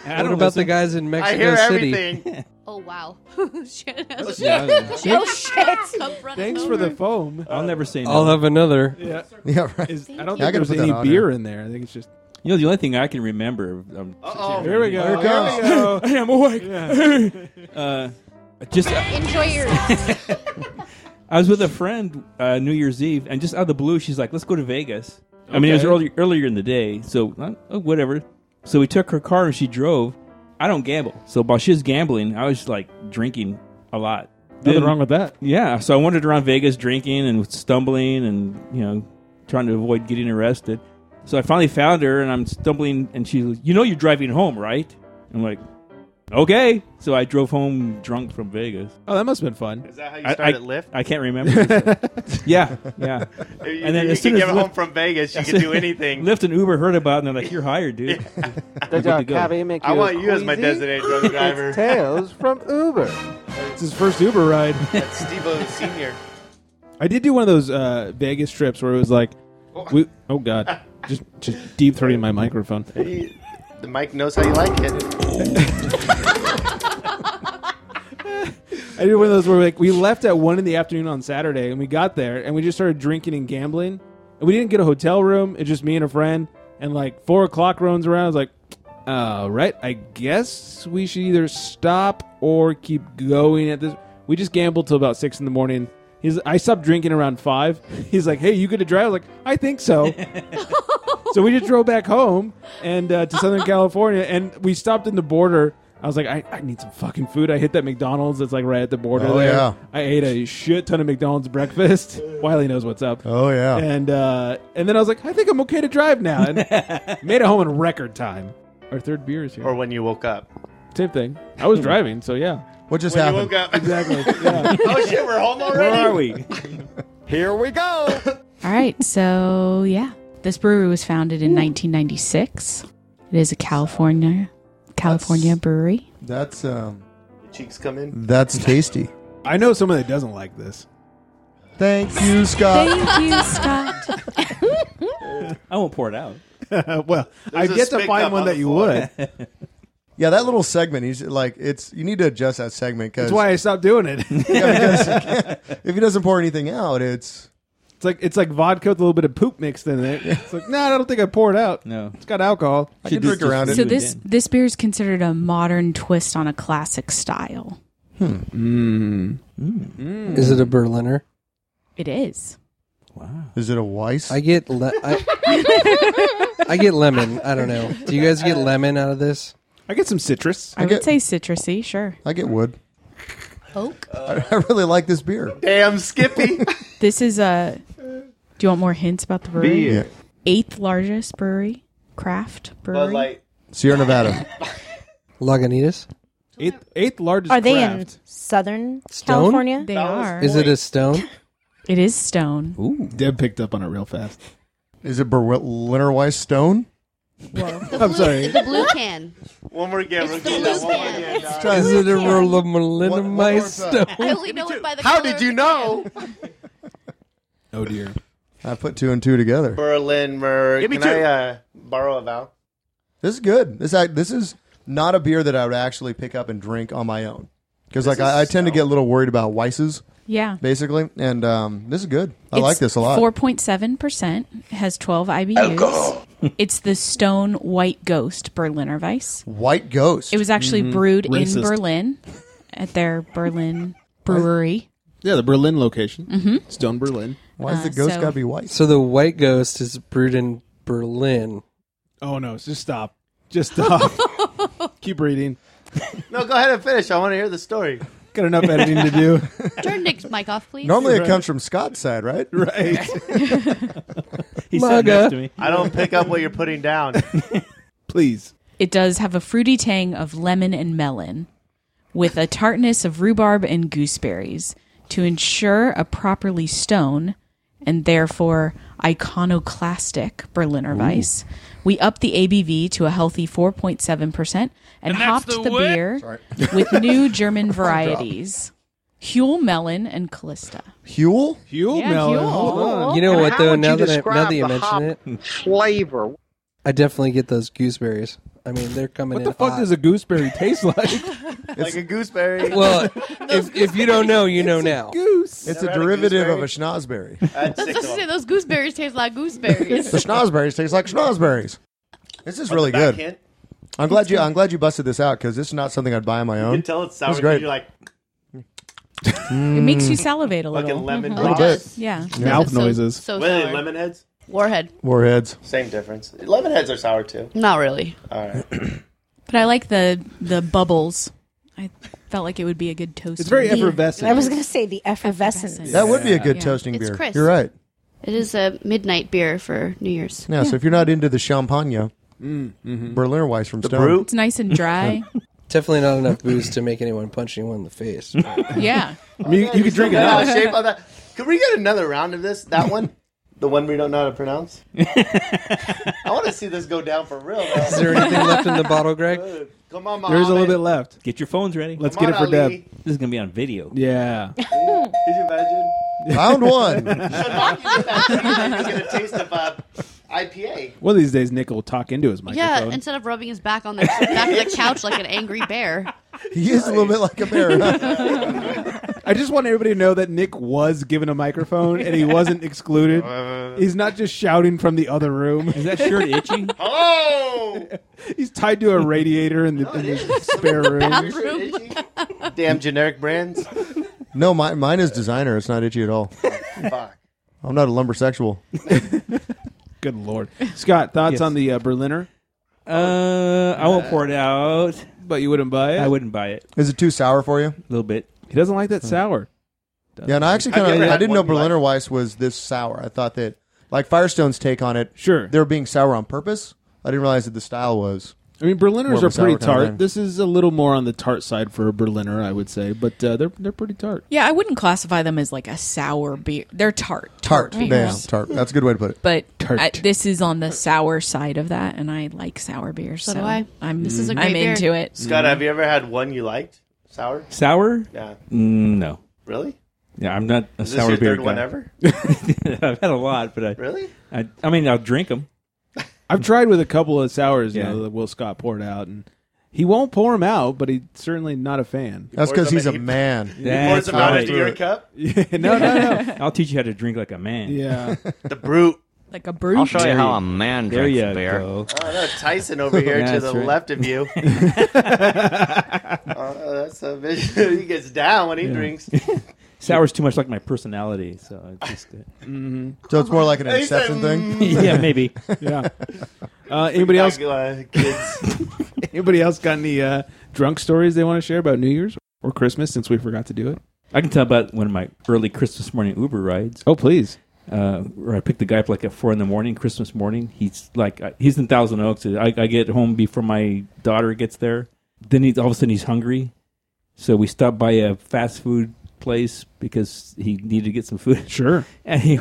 Speaker 6: about the guys in Mexico
Speaker 2: I hear
Speaker 6: City?
Speaker 2: everything.
Speaker 7: Oh wow. Oh, Shannon has-
Speaker 4: Yeah.
Speaker 7: She has
Speaker 15: shit.
Speaker 7: a cup running
Speaker 3: Thanks
Speaker 7: over.
Speaker 3: for the foam.
Speaker 4: I'll never say no.
Speaker 6: I'll have another.
Speaker 3: Yeah,
Speaker 5: yeah, right.
Speaker 3: Is- I don't
Speaker 5: I
Speaker 3: think
Speaker 5: gotta
Speaker 3: there's
Speaker 5: put that
Speaker 3: any
Speaker 5: on
Speaker 3: beer
Speaker 5: here.
Speaker 3: in there. I think it's just.
Speaker 4: You know, the only thing I can remember. Um,
Speaker 2: Uh-oh.
Speaker 3: Here we go.
Speaker 5: Here it comes.
Speaker 3: go.
Speaker 4: I am awake. uh, just
Speaker 9: Enjoy your.
Speaker 4: I was with a friend uh, New Year's Eve, and just out of the blue, she's like, "Let's go to Vegas." I mean, it was
Speaker 3: Okay.
Speaker 4: early, earlier in the day, so uh, oh, whatever. So we took her car and she drove. I don't gamble, so while she was gambling, I was like drinking a lot.
Speaker 3: Nothing
Speaker 4: Then-
Speaker 3: wrong with that.
Speaker 4: Yeah, so I wandered around Vegas drinking and stumbling and, you know, trying to avoid getting arrested. So I finally found her and I'm stumbling and she's, like, you know, you're driving home, right? I'm like, okay. So I drove home drunk from Vegas.
Speaker 3: Oh, that must have been fun.
Speaker 2: Is that how you
Speaker 4: I-
Speaker 2: start
Speaker 4: I,
Speaker 2: at Lyft?
Speaker 4: I can't remember. yeah, yeah.
Speaker 2: You-
Speaker 4: And then
Speaker 2: you
Speaker 4: as
Speaker 2: can
Speaker 4: soon as
Speaker 2: get home
Speaker 4: Lyft-
Speaker 2: from Vegas, you can do anything.
Speaker 4: Lyft and Uber heard about it and they're like, you're hired, dude.
Speaker 10: Does
Speaker 4: Good to
Speaker 10: your
Speaker 4: go.
Speaker 10: cabbie make you
Speaker 2: I want you as my
Speaker 10: queasy?
Speaker 2: designated drunk
Speaker 10: It's
Speaker 2: driver.
Speaker 10: Tales from Uber.
Speaker 3: It's his first Uber ride.
Speaker 2: That's Steve-O Senior.
Speaker 3: I did do one of those uh, Vegas trips where it was like, we, oh God, just just deep throating my microphone.
Speaker 2: He- The mic knows how you like it.
Speaker 3: I did one of those where like we left at one in the afternoon on Saturday and we got there and we just started drinking and gambling And we didn't get a hotel room. It's just me and a friend. And like four o'clock rounds around. I was like, all right, I guess we should either stop or keep going at this. We just gambled till about six in the morning. He's, I stopped drinking around five. He's like, hey, you going to drive? I was like, I think so. so we just drove back home and uh, to Southern California, and we stopped in the border. I was like, I, I need some fucking food. I hit that McDonald's that's like right at the border.
Speaker 5: Oh,
Speaker 3: there.
Speaker 5: yeah.
Speaker 3: I ate a shit ton of McDonald's breakfast. Wiley knows what's up.
Speaker 5: Oh yeah.
Speaker 3: And uh, and then I was like, I think I'm okay to drive now, and made it home in record time. Our third beer is here.
Speaker 2: Or when you woke up.
Speaker 3: Same thing. I was driving, so yeah.
Speaker 5: What
Speaker 2: just When you happened? woke up.
Speaker 3: Exactly.
Speaker 2: oh shit, we're home
Speaker 3: we?
Speaker 2: already.
Speaker 10: Here we go.
Speaker 8: All right, so yeah, this brewery was founded in 1996. It is a California California brewery.
Speaker 5: That's um.
Speaker 2: Cheeks come in.
Speaker 5: That's tasty.
Speaker 3: I know someone that doesn't like this.
Speaker 5: Thank you, Scott.
Speaker 8: Thank you, Scott.
Speaker 4: I won't pour it out.
Speaker 3: well,
Speaker 2: There's
Speaker 3: I
Speaker 2: a
Speaker 3: get to
Speaker 2: spick
Speaker 3: find
Speaker 2: up
Speaker 3: one
Speaker 2: on
Speaker 3: that
Speaker 2: the
Speaker 3: you
Speaker 2: floor.
Speaker 3: would.
Speaker 5: Yeah, that little segment. He's like, it's you need to adjust that segment because
Speaker 3: That's why I stopped doing it. it's
Speaker 5: if he doesn't pour anything out, it's
Speaker 3: like it's like vodka with a little bit of poop mixed in it. It's like, nah, I don't think I poured out.
Speaker 4: No.
Speaker 3: It's got alcohol.
Speaker 5: I
Speaker 4: Should
Speaker 5: can drink
Speaker 4: just-
Speaker 5: around it.
Speaker 4: Didn't do
Speaker 8: So
Speaker 4: it
Speaker 8: this
Speaker 4: then.
Speaker 8: this beer is considered a modern twist on a classic style.
Speaker 6: Is it a Berliner?
Speaker 8: It is.
Speaker 4: Wow.
Speaker 5: Is it a Weiss?
Speaker 6: I get le- I, I get lemon. I don't know. Do you guys get lemon out of this?
Speaker 3: I get some citrus.
Speaker 8: I,
Speaker 5: I
Speaker 8: would
Speaker 5: get-
Speaker 8: say citrusy, sure.
Speaker 5: I get wood.
Speaker 7: Oak?
Speaker 5: I, I really like this beer.
Speaker 2: Damn, Skippy.
Speaker 8: This is a. Do you want more hints about the brewery?
Speaker 5: Yeah.
Speaker 8: Eighth largest brewery, craft brewery.
Speaker 2: Bud Light.
Speaker 5: Sierra Nevada.
Speaker 6: Lagunitas?
Speaker 3: Eighth, eighth largest.
Speaker 9: Are they in
Speaker 3: craft.
Speaker 9: Southern
Speaker 6: Stone?
Speaker 9: California?
Speaker 8: they
Speaker 2: That was-
Speaker 8: are.
Speaker 6: Is it a stone?
Speaker 8: it is Stone.
Speaker 3: Deb picked up on it real fast.
Speaker 5: Is it Berliner Weiss Stone?
Speaker 3: I'm sorry.
Speaker 7: The blue can.
Speaker 2: One more game. We're getting that
Speaker 7: loose
Speaker 2: one more
Speaker 7: band.
Speaker 2: game, guys.
Speaker 6: Is it a roll of
Speaker 5: One- one more
Speaker 6: melanoma
Speaker 5: time.
Speaker 6: stone?
Speaker 7: I only know it by the
Speaker 2: How
Speaker 7: color
Speaker 2: did
Speaker 7: of
Speaker 2: you
Speaker 7: the
Speaker 2: know?
Speaker 3: Oh dear.
Speaker 5: I put two and two together.
Speaker 2: Berlin Mer.
Speaker 10: Give me
Speaker 2: Can
Speaker 10: two.
Speaker 2: I uh, borrow a vowel?
Speaker 5: This is good. This act- this is not a beer that I would actually pick up and drink on my own because like I, I tend to get a little worried about Weisses
Speaker 8: Yeah.
Speaker 5: basically, and um, this is good. I like this a lot.
Speaker 8: Four point seven percent has twelve IBUs. it's the Stone White Ghost Berliner Weiss.
Speaker 5: White Ghost.
Speaker 8: It was actually
Speaker 5: Mm-hmm.
Speaker 8: brewed
Speaker 3: Racist.
Speaker 8: in Berlin, at their Berlin brewery.
Speaker 3: Yeah, the Berlin location. Mm-hmm. Stone Berlin.
Speaker 5: Why is
Speaker 8: uh,
Speaker 5: the ghost
Speaker 8: so-
Speaker 5: got to be white?
Speaker 6: So the white ghost is brewed in Berlin.
Speaker 3: Oh no! Just stop. Just stop. Keep reading.
Speaker 2: No, go ahead and finish. I want to hear the story.
Speaker 3: Got enough editing to do.
Speaker 7: can. Turn Nick's mic off, please.
Speaker 5: Normally it comes from Scott's side, right?
Speaker 3: Right.
Speaker 4: He sat next to me.
Speaker 2: I don't pick up what you're putting down.
Speaker 3: Please.
Speaker 8: It does have a fruity tang of lemon and melon, with a tartness of rhubarb and gooseberries to ensure a properly stone and therefore iconoclastic Berliner Weiss. We up the ABV to a healthy 4.7% and, hopped the, beer with new German varieties. Huel Melon and Callista.
Speaker 5: Huel?
Speaker 3: Huel
Speaker 8: Yeah,
Speaker 3: Melon.
Speaker 8: Huel.
Speaker 3: Hold on.
Speaker 6: You know
Speaker 10: And
Speaker 6: what
Speaker 10: how
Speaker 6: though?
Speaker 10: would
Speaker 6: Now
Speaker 10: you
Speaker 6: that I, now
Speaker 10: describe
Speaker 6: that you
Speaker 10: the
Speaker 6: mention it,
Speaker 10: Flavor.
Speaker 6: I definitely get those gooseberries. I mean, they're coming
Speaker 3: What
Speaker 6: in.
Speaker 3: the fuck
Speaker 6: hot.
Speaker 3: does a gooseberry taste like?
Speaker 2: like a gooseberry.
Speaker 6: well, if, if you don't know, you know now.
Speaker 3: Goose.
Speaker 5: It's a
Speaker 2: Never had a
Speaker 5: derivative of
Speaker 2: gooseberry.
Speaker 5: a schnozberry.
Speaker 2: That's
Speaker 7: That's
Speaker 2: sick
Speaker 7: what I
Speaker 2: of
Speaker 7: say.
Speaker 2: them.
Speaker 7: Those gooseberries taste like
Speaker 5: the
Speaker 7: gooseberries.
Speaker 5: schnozberries taste like schnozberries. This is really
Speaker 2: Back
Speaker 5: good.
Speaker 2: hint.
Speaker 5: I'm glad you. I'm glad you busted this out because this is not something I'd buy on my
Speaker 2: You
Speaker 5: own.
Speaker 2: can tell it's sour.
Speaker 5: That's great.
Speaker 2: You're like
Speaker 8: It makes you salivate a
Speaker 2: fucking
Speaker 8: little.
Speaker 2: lemon.
Speaker 5: A little bit.
Speaker 8: Yeah.
Speaker 3: Mouth
Speaker 7: So-
Speaker 3: noises.
Speaker 7: So,
Speaker 2: What are
Speaker 7: sour.
Speaker 2: they, lemon heads?
Speaker 7: Warhead.
Speaker 5: Warheads.
Speaker 2: Same difference. Lemon heads are sour too.
Speaker 7: Not really.
Speaker 2: All right.
Speaker 8: But I like the the bubbles. I felt like it would be a good toast.
Speaker 3: It's very
Speaker 8: on it.
Speaker 3: effervescent.
Speaker 9: I was going to say the effervescence.
Speaker 8: Effervescent.
Speaker 5: That would be a good
Speaker 8: Yeah.
Speaker 5: toasting
Speaker 7: It's
Speaker 5: beer.
Speaker 7: crisp.
Speaker 5: You're right.
Speaker 7: It is a midnight beer for New Year's.
Speaker 5: Yeah, So if you're not into the champagne, Berliner Weiss from Stone.
Speaker 2: Mm, mm-hmm. brew?
Speaker 8: It's nice and dry.
Speaker 6: Definitely not enough booze to make anyone punch anyone in the face.
Speaker 8: yeah.
Speaker 3: I mean, you, you could drink it
Speaker 2: Yeah,
Speaker 3: up.
Speaker 2: shape of that. Could we get another round of this? That one? the one we don't know how to pronounce? I want to see this go down for real.
Speaker 6: Is
Speaker 2: though.
Speaker 6: there anything left in the bottle, Greg?
Speaker 2: Come on,
Speaker 3: There's a little
Speaker 2: Mohammed.
Speaker 3: bit left.
Speaker 4: Get your phones ready.
Speaker 3: Let's
Speaker 2: Come
Speaker 3: get it for
Speaker 2: on, Ali.
Speaker 3: Deb.
Speaker 4: This is gonna be on video.
Speaker 3: Yeah.
Speaker 2: Could you imagine?
Speaker 5: Round one.
Speaker 2: So now you get that feeling you get a taste of uh, IPA.
Speaker 3: One of these days, Nick will talk into his microphone.
Speaker 7: Yeah, instead of rubbing his back on the back of the couch like an angry bear.
Speaker 5: He is a little bit like a bear. huh?
Speaker 3: I just want everybody to know that Nick was given a microphone and he wasn't excluded. He's not just shouting from the other room. Is
Speaker 4: that shirt itchy?
Speaker 2: Hello.
Speaker 3: He's tied to a radiator in the, in the spare room.
Speaker 2: Damn generic brands.
Speaker 5: No, my, mine is designer. It's not itchy at all.
Speaker 2: Fuck.
Speaker 5: I'm not a lumbersexual.
Speaker 3: Good lord, Scott, thoughts
Speaker 4: Yes.
Speaker 3: on the uh, Berliner?
Speaker 4: Uh, I won't pour it out.
Speaker 3: But you wouldn't buy it.
Speaker 4: I wouldn't buy it.
Speaker 5: Is it too sour for you?
Speaker 4: A little bit.
Speaker 3: He doesn't like that sour.
Speaker 5: Yeah, and I actually
Speaker 2: Have you
Speaker 5: kind
Speaker 2: ever
Speaker 5: of I
Speaker 2: had
Speaker 5: didn't know
Speaker 2: one you
Speaker 5: Berliner Weiss was this sour. I thought that like Firestone's take on it,
Speaker 3: Sure.
Speaker 5: they were being sour on purpose. I didn't realize that the style was.
Speaker 3: I mean, Berliners
Speaker 5: More
Speaker 3: are
Speaker 5: of a sour
Speaker 3: pretty
Speaker 5: kind of
Speaker 3: tart.
Speaker 5: thing.
Speaker 3: This is a little more on the tart side for a Berliner, I would say, but uh, they're they're pretty tart.
Speaker 8: Yeah, I wouldn't classify them as like a sour beer. They're tart.
Speaker 5: Tart,
Speaker 8: beers.
Speaker 5: damn, tart. That's a good way to put it.
Speaker 8: But
Speaker 3: Tart.
Speaker 8: I- this is on the sour side of that, and I like sour beers. So,
Speaker 7: So do I.
Speaker 8: I'm,
Speaker 7: This is a
Speaker 8: I'm
Speaker 7: great beer.
Speaker 8: into it.
Speaker 2: Scott, have you ever had one you liked? Sour?
Speaker 4: Sour?
Speaker 2: Yeah.
Speaker 4: Mm, no.
Speaker 2: Really?
Speaker 4: Yeah, I'm not a
Speaker 2: Is this
Speaker 4: sour
Speaker 2: your
Speaker 4: beer
Speaker 2: third
Speaker 4: guy.
Speaker 2: one ever?
Speaker 4: I've had a lot, but I,
Speaker 2: Really?
Speaker 4: I, I mean, I'll drink them.
Speaker 3: I've tried with a couple of sours,
Speaker 4: Yeah.
Speaker 3: you know, that Will Scott poured out, and he won't pour them out, but he's certainly not a fan.
Speaker 5: That's because
Speaker 2: pours them
Speaker 5: he's a
Speaker 2: in-
Speaker 5: man.
Speaker 2: Pours
Speaker 4: That's
Speaker 2: them out into
Speaker 4: right.
Speaker 2: your cup.
Speaker 3: no, no, no.
Speaker 4: I'll teach you how to drink like a man.
Speaker 3: Yeah,
Speaker 2: The brute.
Speaker 8: Like a brew.
Speaker 14: I'll show you how a man
Speaker 4: There
Speaker 14: drinks
Speaker 4: you
Speaker 14: beer.
Speaker 4: go.
Speaker 2: Oh, no, Tyson over here to
Speaker 4: That's
Speaker 2: the
Speaker 4: right.
Speaker 2: left of you. oh, that's a vision. he gets down when he drinks.
Speaker 4: Sour's too much like my personality, so it's just uh,
Speaker 5: So it's more like an
Speaker 2: He said,
Speaker 5: exception thing.
Speaker 2: mm.
Speaker 4: yeah, maybe.
Speaker 3: yeah. Uh, anybody else?
Speaker 2: Uh, kids.
Speaker 3: Anybody else got any uh, drunk stories they want to share about New Year's or Christmas? Since we forgot to do it.
Speaker 4: I can tell about one of my early Christmas morning Uber rides.
Speaker 3: Oh, please.
Speaker 4: uh, where I picked the guy up like at four in the morning, Christmas morning. He's like, I- he's in Thousand Oaks. I, I get home before my daughter gets there. Then he all of a sudden he's hungry, so we stopped by a fast food place because he needed to get some food.
Speaker 3: Sure.
Speaker 4: And he,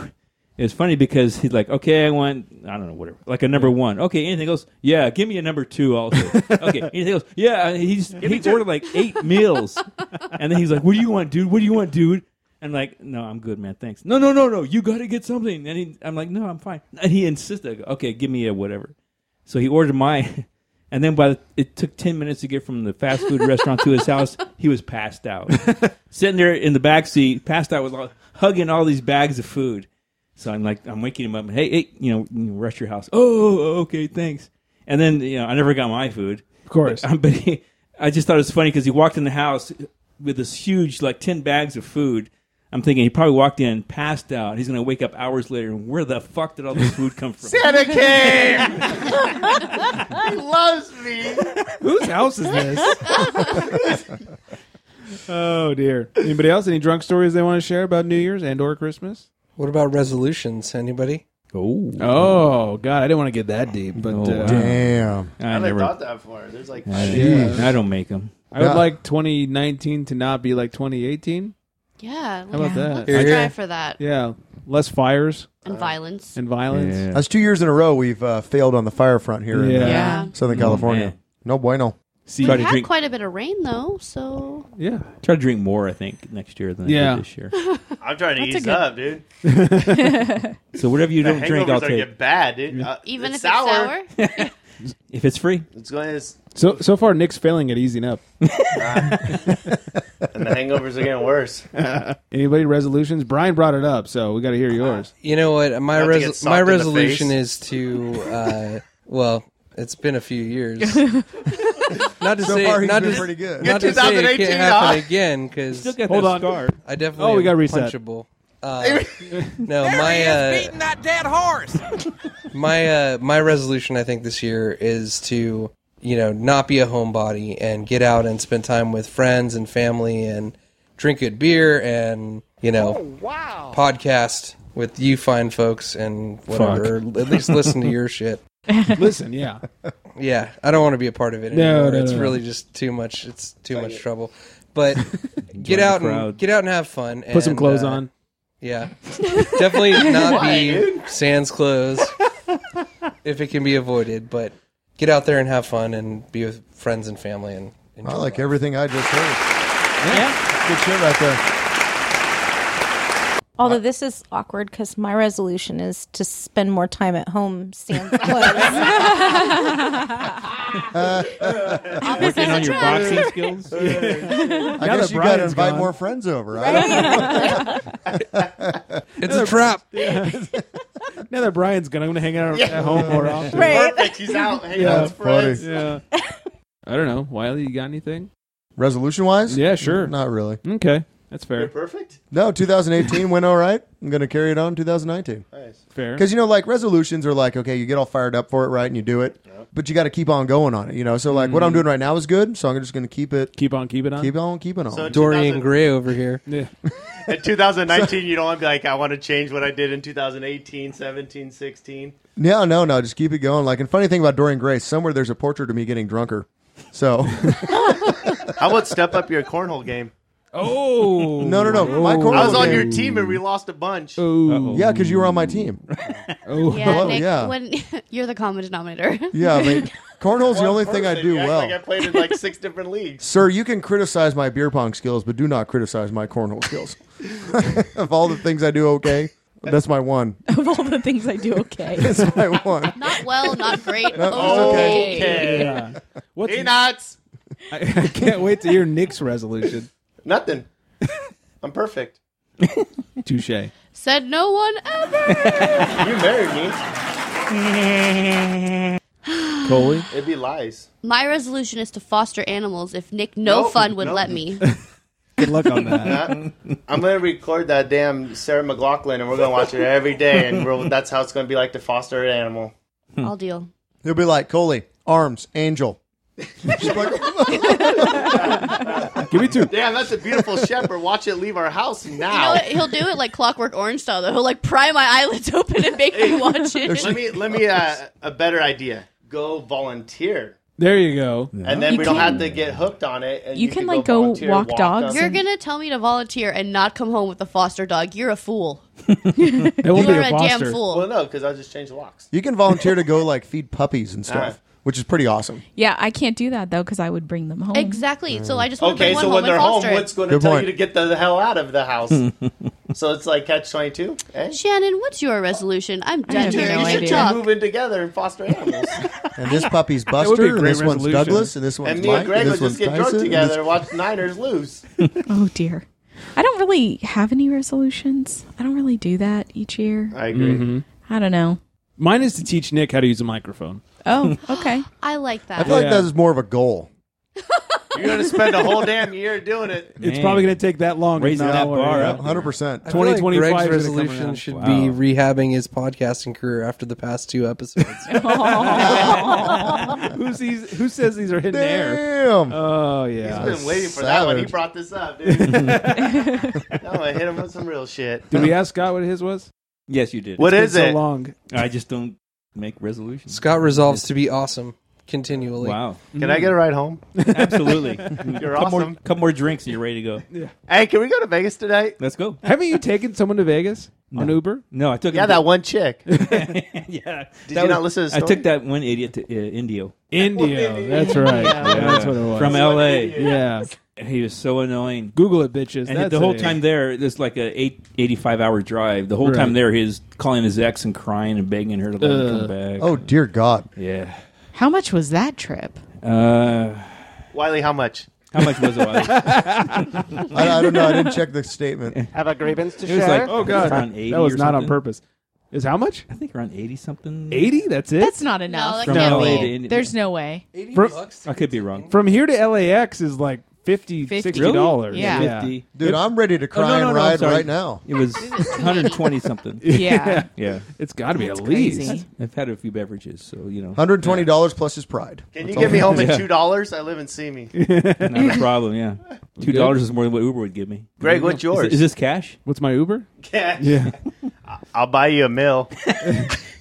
Speaker 4: it's funny because he's like, okay, I want, I don't know, whatever, like a number one. Okay, anything else? Yeah, give me a number two also. okay, anything else? Yeah, and he's he ordered like eight meals, and then he's like, what do you want, dude? What do you want, dude? And like, no, I'm good, man. Thanks. No, no, no, no. You got to get something. And he, I'm like, no, I'm fine. And he insisted. I go, Okay, give me a whatever. So he ordered my, and then by the, it took ten minutes to get from the fast food restaurant to his house. He was passed out, sitting there in the back seat, passed out with all, hugging all these bags of food. So I'm like, I'm waking him up. Hey, hey, you know, you know, rush your house. Oh, okay, thanks. And then you know, I never got my food.
Speaker 3: Of course.
Speaker 4: Um, but he, I just thought it was funny because he walked in the house with this huge, like, 10 bags of food. I'm thinking he probably walked in, passed out. He's going to wake up hours later, and where the fuck did all this food come from?
Speaker 2: Santa came. he loves me.
Speaker 3: Whose house is this? oh dear. Anybody else? Any drunk stories they want to share about New Year's and or Christmas?
Speaker 6: What about resolutions? Anybody?
Speaker 4: oh,
Speaker 3: Oh God, I didn't want to get that deep, but
Speaker 4: Oh,
Speaker 3: uh,
Speaker 4: damn.
Speaker 5: Damn.
Speaker 4: I,
Speaker 2: I never
Speaker 4: never.
Speaker 2: thought that before. There's like,
Speaker 4: I,
Speaker 3: Jeez.
Speaker 4: I don't make them.
Speaker 3: I would
Speaker 5: Yeah.
Speaker 3: like 2019 to not be like 2018. How
Speaker 7: Yeah.
Speaker 3: about
Speaker 8: Yeah.
Speaker 3: that?
Speaker 7: Let's
Speaker 6: Here.
Speaker 7: try for that.
Speaker 3: Yeah, less fires
Speaker 7: And violence.
Speaker 3: and violence.
Speaker 5: That's two years in a row we've uh, failed on the fire front here in
Speaker 3: Yeah.
Speaker 5: uh,
Speaker 7: Yeah.
Speaker 5: Southern
Speaker 4: Oh,
Speaker 5: California.
Speaker 4: man.
Speaker 5: no bueno.
Speaker 3: See,
Speaker 4: Try
Speaker 7: We
Speaker 4: to
Speaker 7: had
Speaker 4: drink.
Speaker 7: quite a bit of rain though, so
Speaker 3: yeah,
Speaker 4: Try to drink more, I think, next year than I
Speaker 3: Yeah.
Speaker 4: did this year.
Speaker 2: I'm trying to
Speaker 8: That's a
Speaker 2: ease
Speaker 8: good-
Speaker 2: up, dude.
Speaker 4: So whatever you
Speaker 2: The
Speaker 4: don't drink, I'll
Speaker 2: hangovers are
Speaker 4: take.
Speaker 2: get bad, dude. Uh,
Speaker 7: even
Speaker 2: it's
Speaker 7: if
Speaker 2: sour,
Speaker 7: it's sour,
Speaker 4: If it's free,
Speaker 2: it's going. It's,
Speaker 3: So so far, Nick's failing at easing up.
Speaker 2: and the hangovers are getting worse.
Speaker 3: Anybody resolutions? Brian brought it up, so we got to hear yours.
Speaker 6: You know what? My
Speaker 2: Not to get
Speaker 6: res-
Speaker 2: socked
Speaker 6: my
Speaker 2: in the
Speaker 6: resolution
Speaker 2: face.
Speaker 6: is to uh, well, it's been a few years. not to
Speaker 5: So
Speaker 6: say
Speaker 5: far he's
Speaker 6: not
Speaker 5: been
Speaker 6: to,
Speaker 5: pretty good.
Speaker 6: not to say it
Speaker 2: 2018,
Speaker 6: can't happen
Speaker 2: huh?
Speaker 6: again because
Speaker 4: still got
Speaker 3: Hold
Speaker 4: that
Speaker 3: on.
Speaker 4: scar.
Speaker 6: I definitely
Speaker 3: Oh, we
Speaker 6: am
Speaker 3: gotta reset.
Speaker 6: punchable. Uh, no, my uh,
Speaker 10: that dead horse.
Speaker 6: my uh, my resolution I think this year is to you know not be a homebody and get out and spend time with friends and family and drink good beer and you know
Speaker 10: Oh, Wow.
Speaker 6: podcast with you fine folks and whatever. Or at least listen to your shit.
Speaker 3: Listen, yeah,
Speaker 6: Yeah, I don't want to be a part of it
Speaker 3: No,
Speaker 6: anymore.
Speaker 3: no,
Speaker 6: it's
Speaker 3: no.
Speaker 6: really just too much. It's too much trouble. But get out and
Speaker 4: crowd.
Speaker 6: get out and uh, have fun.
Speaker 3: put some clothes on.
Speaker 6: Yeah, definitely not be sans clothes if it can be avoided. But get out there and have fun and be with friends and family and. Enjoy
Speaker 5: I like
Speaker 6: life.
Speaker 5: everything I just heard.
Speaker 4: Yeah.
Speaker 5: Good shit right there.
Speaker 9: Although this is awkward because my resolution is to spend more time at home seeing clothes.
Speaker 4: Working on your
Speaker 5: attract.
Speaker 4: boxing skills.
Speaker 5: I guess you got to invite more friends over. I don't know.
Speaker 6: It's a trap.
Speaker 3: now that Brian's gone, I'm going to hang out at home more often.
Speaker 9: Right.
Speaker 2: Perfect. He's out. Hang
Speaker 5: Yeah,
Speaker 2: out with friends.
Speaker 3: Yeah. I don't know. Wiley, you got anything?
Speaker 5: Resolution wise?
Speaker 3: Yeah, sure.
Speaker 5: Not really.
Speaker 3: Okay. That's
Speaker 2: You're
Speaker 3: fair.
Speaker 2: perfect.
Speaker 5: No, 2018 went all right. I'm going to carry it on 2019.
Speaker 2: Nice.
Speaker 3: Fair.
Speaker 5: Because, you know, like resolutions are like, okay, you get all fired up for it, right? And you do it, but you got to keep on going on it, you know? So, like,
Speaker 3: Mm-hmm.
Speaker 5: what I'm doing right now is good. So, I'm just going to keep it,
Speaker 3: Keep on keeping on.
Speaker 5: keep on, keeping on.
Speaker 2: So-
Speaker 6: Dorian Gray over here.
Speaker 3: yeah.
Speaker 2: In 2019, you don't want to be like, I want to change what I did in 2018, 17, 16.
Speaker 5: no, no, no. Just keep it going. Like, and funny thing about Dorian Gray, somewhere there's a portrait of me getting drunker. So,
Speaker 2: How about step up your cornhole game?
Speaker 3: Oh.
Speaker 5: no, no, no. My corner.
Speaker 2: I was on
Speaker 5: game-
Speaker 2: your team and we lost a bunch.
Speaker 3: Oh.
Speaker 5: Yeah, because you were on my team.
Speaker 3: Oh.
Speaker 7: Yeah,
Speaker 5: Hello,
Speaker 7: Nick,
Speaker 5: yeah.
Speaker 7: when you're the common denominator.
Speaker 5: Yeah, I mean, cornhole's the only thing I do
Speaker 2: You act
Speaker 5: well.
Speaker 2: Like I played in like six different leagues.
Speaker 5: Sir, you can criticize my beer pong skills, but do not criticize my cornhole skills. of all the things I do okay, that's my one.
Speaker 8: of all the things I do okay.
Speaker 5: That's my one.
Speaker 7: Not well, not great.
Speaker 5: okay.
Speaker 7: okay.
Speaker 3: Yeah. What's,
Speaker 2: Peanuts.
Speaker 3: I, I can't wait to hear Nick's resolution.
Speaker 2: Nothing. I'm perfect.
Speaker 3: Touche.
Speaker 7: Said no one ever.
Speaker 2: You married me.
Speaker 3: Coley?
Speaker 2: It'd be lies.
Speaker 7: My resolution is to foster animals if Nick No
Speaker 2: Nope,
Speaker 7: Fun would
Speaker 2: nope.
Speaker 7: let me.
Speaker 3: Good luck on that.
Speaker 2: Huh? I'm gonna record that damn Sarah McLaughlin, and we're gonna watch it every day, and we're, that's how it's gonna be like to foster an animal.
Speaker 7: I'll deal.
Speaker 5: He'll be like, Coley, arms, angel. She's like,
Speaker 3: Give me two.
Speaker 2: Damn, that's a beautiful shepherd. Watch it leave our house now.
Speaker 7: You know what? He'll do it like Clockwork Orange style, though. He'll like pry my eyelids open and make me watch
Speaker 2: let
Speaker 7: it.
Speaker 2: me let me uh, a better idea. Go volunteer,
Speaker 3: There you go.
Speaker 2: and then
Speaker 8: You
Speaker 2: we don't
Speaker 8: can-
Speaker 2: have to get hooked on it. And
Speaker 8: you
Speaker 2: you,
Speaker 8: can, like, go
Speaker 2: volunteer,
Speaker 8: walk dogs
Speaker 2: them.
Speaker 7: You're gonna tell me to volunteer and not come home with a foster dog. You're a fool.
Speaker 3: That won't
Speaker 7: You
Speaker 3: be
Speaker 7: are
Speaker 3: a
Speaker 7: a damn
Speaker 3: foster.
Speaker 2: Well,
Speaker 7: fool.
Speaker 2: no, because I just changed locks.
Speaker 5: you can volunteer to go like feed puppies and stuff,
Speaker 2: Ah.
Speaker 5: which is pretty awesome.
Speaker 8: Yeah, I can't do that though because I would bring them home.
Speaker 7: Exactly. So I just want to
Speaker 2: Okay,
Speaker 7: bring one
Speaker 2: so
Speaker 7: home
Speaker 2: when they're
Speaker 7: and
Speaker 2: home,
Speaker 7: foster
Speaker 2: what's
Speaker 7: it.
Speaker 2: going to
Speaker 5: Good
Speaker 2: tell
Speaker 5: point.
Speaker 2: you to get the hell out of the house? so it's like catch twenty two. Eh?
Speaker 7: Shannon, what's your resolution? I'm
Speaker 8: have
Speaker 7: done here.
Speaker 8: no
Speaker 7: you should
Speaker 8: idea.
Speaker 7: talk.
Speaker 2: Move in together and foster animals.
Speaker 5: And this puppy's
Speaker 3: would be a
Speaker 5: Buster, and
Speaker 3: great
Speaker 5: this one's
Speaker 3: resolution.
Speaker 5: Douglas, and this one's
Speaker 2: and me
Speaker 5: Mike,
Speaker 2: and Greg
Speaker 5: and
Speaker 2: will
Speaker 5: this one's
Speaker 2: just get drunk
Speaker 5: Tyson, and
Speaker 2: together
Speaker 5: this-
Speaker 2: and watch Niners lose.
Speaker 8: Oh dear. I don't really have any resolutions. I don't really do that each year.
Speaker 2: I agree.
Speaker 8: I don't know.
Speaker 3: Mine is to teach Nick how to use a microphone.
Speaker 8: Oh, okay.
Speaker 7: I like
Speaker 5: I
Speaker 7: that.
Speaker 5: feel like
Speaker 3: Yeah.
Speaker 5: that is more of a goal.
Speaker 2: You're going to spend a whole damn year doing it.
Speaker 3: It's
Speaker 4: Man.
Speaker 3: probably going to take that long. if
Speaker 4: Raising
Speaker 3: not
Speaker 4: that
Speaker 3: longer,
Speaker 4: bar
Speaker 3: yeah.
Speaker 4: up.
Speaker 5: 100%.
Speaker 6: I feel
Speaker 3: 2025
Speaker 6: like
Speaker 3: is
Speaker 6: Greg's
Speaker 3: gonna come
Speaker 6: resolution
Speaker 3: around.
Speaker 6: should
Speaker 4: Wow.
Speaker 6: be rehabbing his podcasting career after the past two episodes.
Speaker 3: Who's these, who says these are hidden air?
Speaker 5: Damn.
Speaker 3: Oh,
Speaker 2: He's
Speaker 3: yeah.
Speaker 2: been waiting for that one. He
Speaker 5: savage.
Speaker 2: brought this up, dude. I'm going to hit him with some real shit.
Speaker 3: Did we ask Scott what his was?
Speaker 4: Yes, you did.
Speaker 2: What
Speaker 3: It's
Speaker 2: is
Speaker 3: been
Speaker 2: it?
Speaker 3: so long.
Speaker 4: I just don't make resolutions.
Speaker 6: Scott resolves to be awesome continually.
Speaker 4: Wow.
Speaker 2: Can I get a ride home?
Speaker 4: Absolutely.
Speaker 2: You're
Speaker 4: couple, more,
Speaker 2: awesome.
Speaker 4: couple more drinks and you're ready to go.
Speaker 2: Hey, can we go to Vegas tonight?
Speaker 4: Let's go.
Speaker 3: Haven't you taken someone to Vegas on Uber?
Speaker 4: No, I took
Speaker 2: Yeah,
Speaker 4: him
Speaker 2: that one chick. Did
Speaker 4: to- yeah.
Speaker 2: you not listen to the
Speaker 4: I
Speaker 2: story?
Speaker 4: took that one idiot to uh, Indio
Speaker 3: Indio. That's right. Yeah, That's what it was.
Speaker 4: from L.A.
Speaker 3: yeah.
Speaker 4: And he was so annoying.
Speaker 3: Google it, bitches.
Speaker 4: And
Speaker 3: That's
Speaker 4: the whole
Speaker 3: it.
Speaker 4: time there, it's like a eight, 85 hour drive. The whole time
Speaker 3: Right.
Speaker 4: there, he's calling his ex and crying and begging her to let him
Speaker 3: Uh,
Speaker 4: come back.
Speaker 5: Oh, dear God.
Speaker 4: yeah.
Speaker 8: How much was that trip?
Speaker 4: Uh,
Speaker 2: Wiley, how much?
Speaker 4: how much was it? Wiley?
Speaker 5: I, I don't know. I didn't check the statement.
Speaker 10: Have a grievance to
Speaker 4: It was
Speaker 10: share?
Speaker 4: like
Speaker 3: Oh, God.
Speaker 4: around 80
Speaker 3: That was
Speaker 4: or
Speaker 3: not on
Speaker 4: something.
Speaker 3: purpose. Is how much?
Speaker 4: I think around eighty something.
Speaker 3: 80? That's it?
Speaker 8: That's not enough.
Speaker 7: that From
Speaker 4: can't
Speaker 8: no,
Speaker 4: LA be. to India.
Speaker 8: There's no way.
Speaker 3: From-
Speaker 4: I could be wrong.
Speaker 3: From here to LAX is like 50,
Speaker 8: 50.
Speaker 3: 60
Speaker 8: Really?
Speaker 3: dollars.
Speaker 8: Yeah.
Speaker 4: Fifty.
Speaker 5: Dude, I'm ready to
Speaker 4: Oh, no,
Speaker 5: cry
Speaker 4: no,
Speaker 5: and
Speaker 4: no, I'm
Speaker 5: ride
Speaker 4: sorry.
Speaker 5: right now.
Speaker 4: It was 120 something.
Speaker 8: Yeah.
Speaker 4: Yeah,
Speaker 3: It's got to be
Speaker 8: That's
Speaker 3: at least.
Speaker 8: crazy.
Speaker 4: I've had a few beverages, so you know,
Speaker 5: $120 plus his pride.
Speaker 2: Can
Speaker 5: That's
Speaker 2: you
Speaker 5: all
Speaker 2: get me
Speaker 5: I-
Speaker 2: home in
Speaker 4: Yeah.
Speaker 2: $2? I live in Simi.
Speaker 4: not a problem. Yeah, two dollars is more than what Uber would give me.
Speaker 2: Greg, what's
Speaker 4: Is,
Speaker 2: yours?
Speaker 4: is this cash?
Speaker 3: What's my Uber?
Speaker 2: Cash.
Speaker 3: Yeah.
Speaker 2: I'll buy you a meal.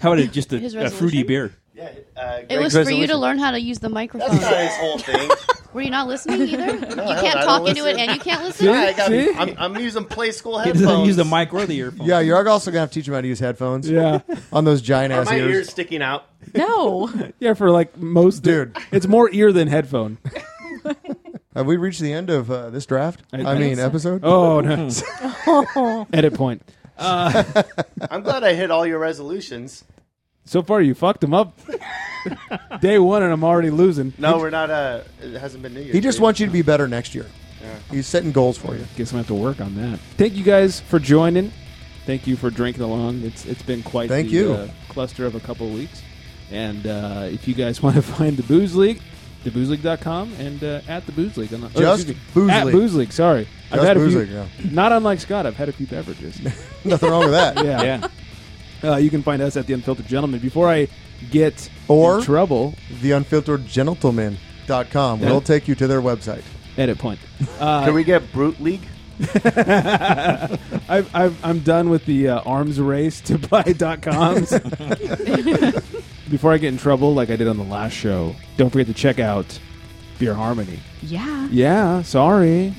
Speaker 4: How about it, just
Speaker 7: His
Speaker 4: a, a
Speaker 7: resolution?
Speaker 4: fruity beer?
Speaker 2: Yeah, uh,
Speaker 7: It was for you to learn how to use the microphone.
Speaker 2: That's not his whole thing.
Speaker 7: Were you not listening either? you
Speaker 2: I
Speaker 7: can't
Speaker 2: don't
Speaker 7: talk into it
Speaker 2: listen.
Speaker 7: and you can't
Speaker 2: Yeah,
Speaker 7: listen.
Speaker 2: I got,
Speaker 3: See?
Speaker 2: I'm, I'm using play school
Speaker 4: He
Speaker 2: headphones.
Speaker 4: doesn't use the mic or the earphone.
Speaker 5: Yeah, you're also going to have to teach him how to use headphones
Speaker 3: Yeah.
Speaker 5: on those giant
Speaker 2: Are
Speaker 5: ass
Speaker 2: my
Speaker 5: ears.
Speaker 2: ears sticking out?
Speaker 8: No.
Speaker 3: Yeah, for like most.
Speaker 5: Dude.
Speaker 3: It's more ear than headphone.
Speaker 5: Have we reached the end of uh, this draft? I, mean, episode?
Speaker 3: Oh, no. Edit point.
Speaker 2: I'm glad I hit all your resolutions.
Speaker 3: So far, you fucked him up. Day one, and I'm already losing.
Speaker 2: No, we're not. Uh, it hasn't been New Year's.
Speaker 5: He just
Speaker 2: Eve.
Speaker 5: wants you to be better next year.
Speaker 2: Yeah.
Speaker 5: He's setting goals for you.
Speaker 3: Guess I'm gonna have to work on that. Thank you guys for joining. Thank you for drinking along. It's it's been quite
Speaker 5: Thank
Speaker 3: the,
Speaker 5: you.
Speaker 3: Uh, cluster of a couple of weeks. And uh, if you guys want to find the Booze League, theboozeleague.com and uh, at the Booze League on the or
Speaker 5: Just
Speaker 3: excuse me,
Speaker 5: Booze
Speaker 3: at
Speaker 5: League.
Speaker 3: Booze League. Sorry,
Speaker 5: Just
Speaker 3: a
Speaker 5: Booze
Speaker 3: few-
Speaker 5: League, yeah.
Speaker 3: Not unlike Scott, I've had a few beverages.
Speaker 5: Nothing wrong with that.
Speaker 3: yeah.
Speaker 4: Yeah.
Speaker 3: Uh, you can find us at the Unfiltered Gentleman. Before I get
Speaker 5: Or-
Speaker 3: in trouble,
Speaker 5: TheUnfilteredGentleman.com
Speaker 3: Yeah.
Speaker 5: will take you to their website.
Speaker 3: edit point.
Speaker 2: Can we get Brute League?
Speaker 3: I've, I've, I'm done with the uh, arms race to buy dot coms. Before I get in trouble, like I did on the last show, don't forget to check out Beer Harmony.
Speaker 8: Yeah.
Speaker 3: Yeah, sorry.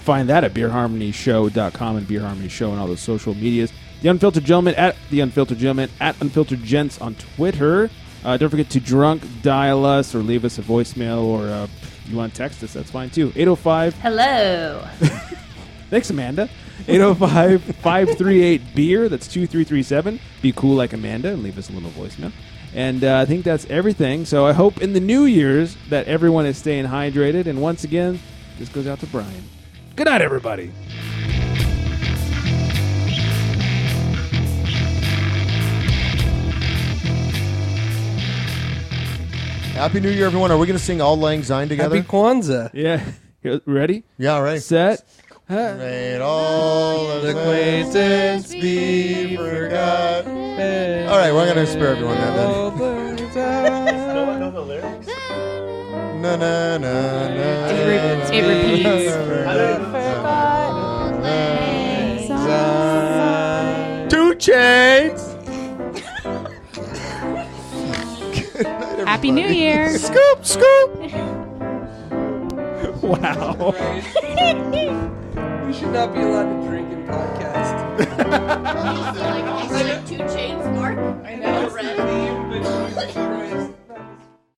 Speaker 3: Find that at beerharmonyshow.com and Beer Harmony Show and all the social medias. The Unfiltered Gentleman at The Unfiltered Gentleman at Unfiltered Gents on Twitter. Uh, don't forget to drunk dial us or leave us a voicemail or uh, you want to text us, that's fine too. 805
Speaker 14: Hello.
Speaker 3: Thanks, Amanda. 805 538 beer. E That's 2337. Be cool like Amanda and leave us a little voicemail. And uh, I think that's everything. So I hope in the new year's that everyone is staying hydrated. And once again, this goes out to Brian. Good night, everybody.
Speaker 5: Happy New Year, everyone. Are we going to sing All Lang Syne together?
Speaker 6: Happy Kwanzaa.
Speaker 3: Yeah. Ready?
Speaker 5: yeah, right.
Speaker 3: Set.
Speaker 5: Made all of the
Speaker 6: Acquaintance
Speaker 5: be forgot. All right, we're going to spare everyone that then.
Speaker 2: know the lyrics.
Speaker 5: Na, na, na, na,
Speaker 8: It re- it repeats.
Speaker 2: Two chains.
Speaker 8: Happy New Year.
Speaker 5: Scoop, scoop.
Speaker 3: Wow.
Speaker 6: We should not be allowed to drink in podcasts.
Speaker 7: like, I said two chains, Mark. I know. Red.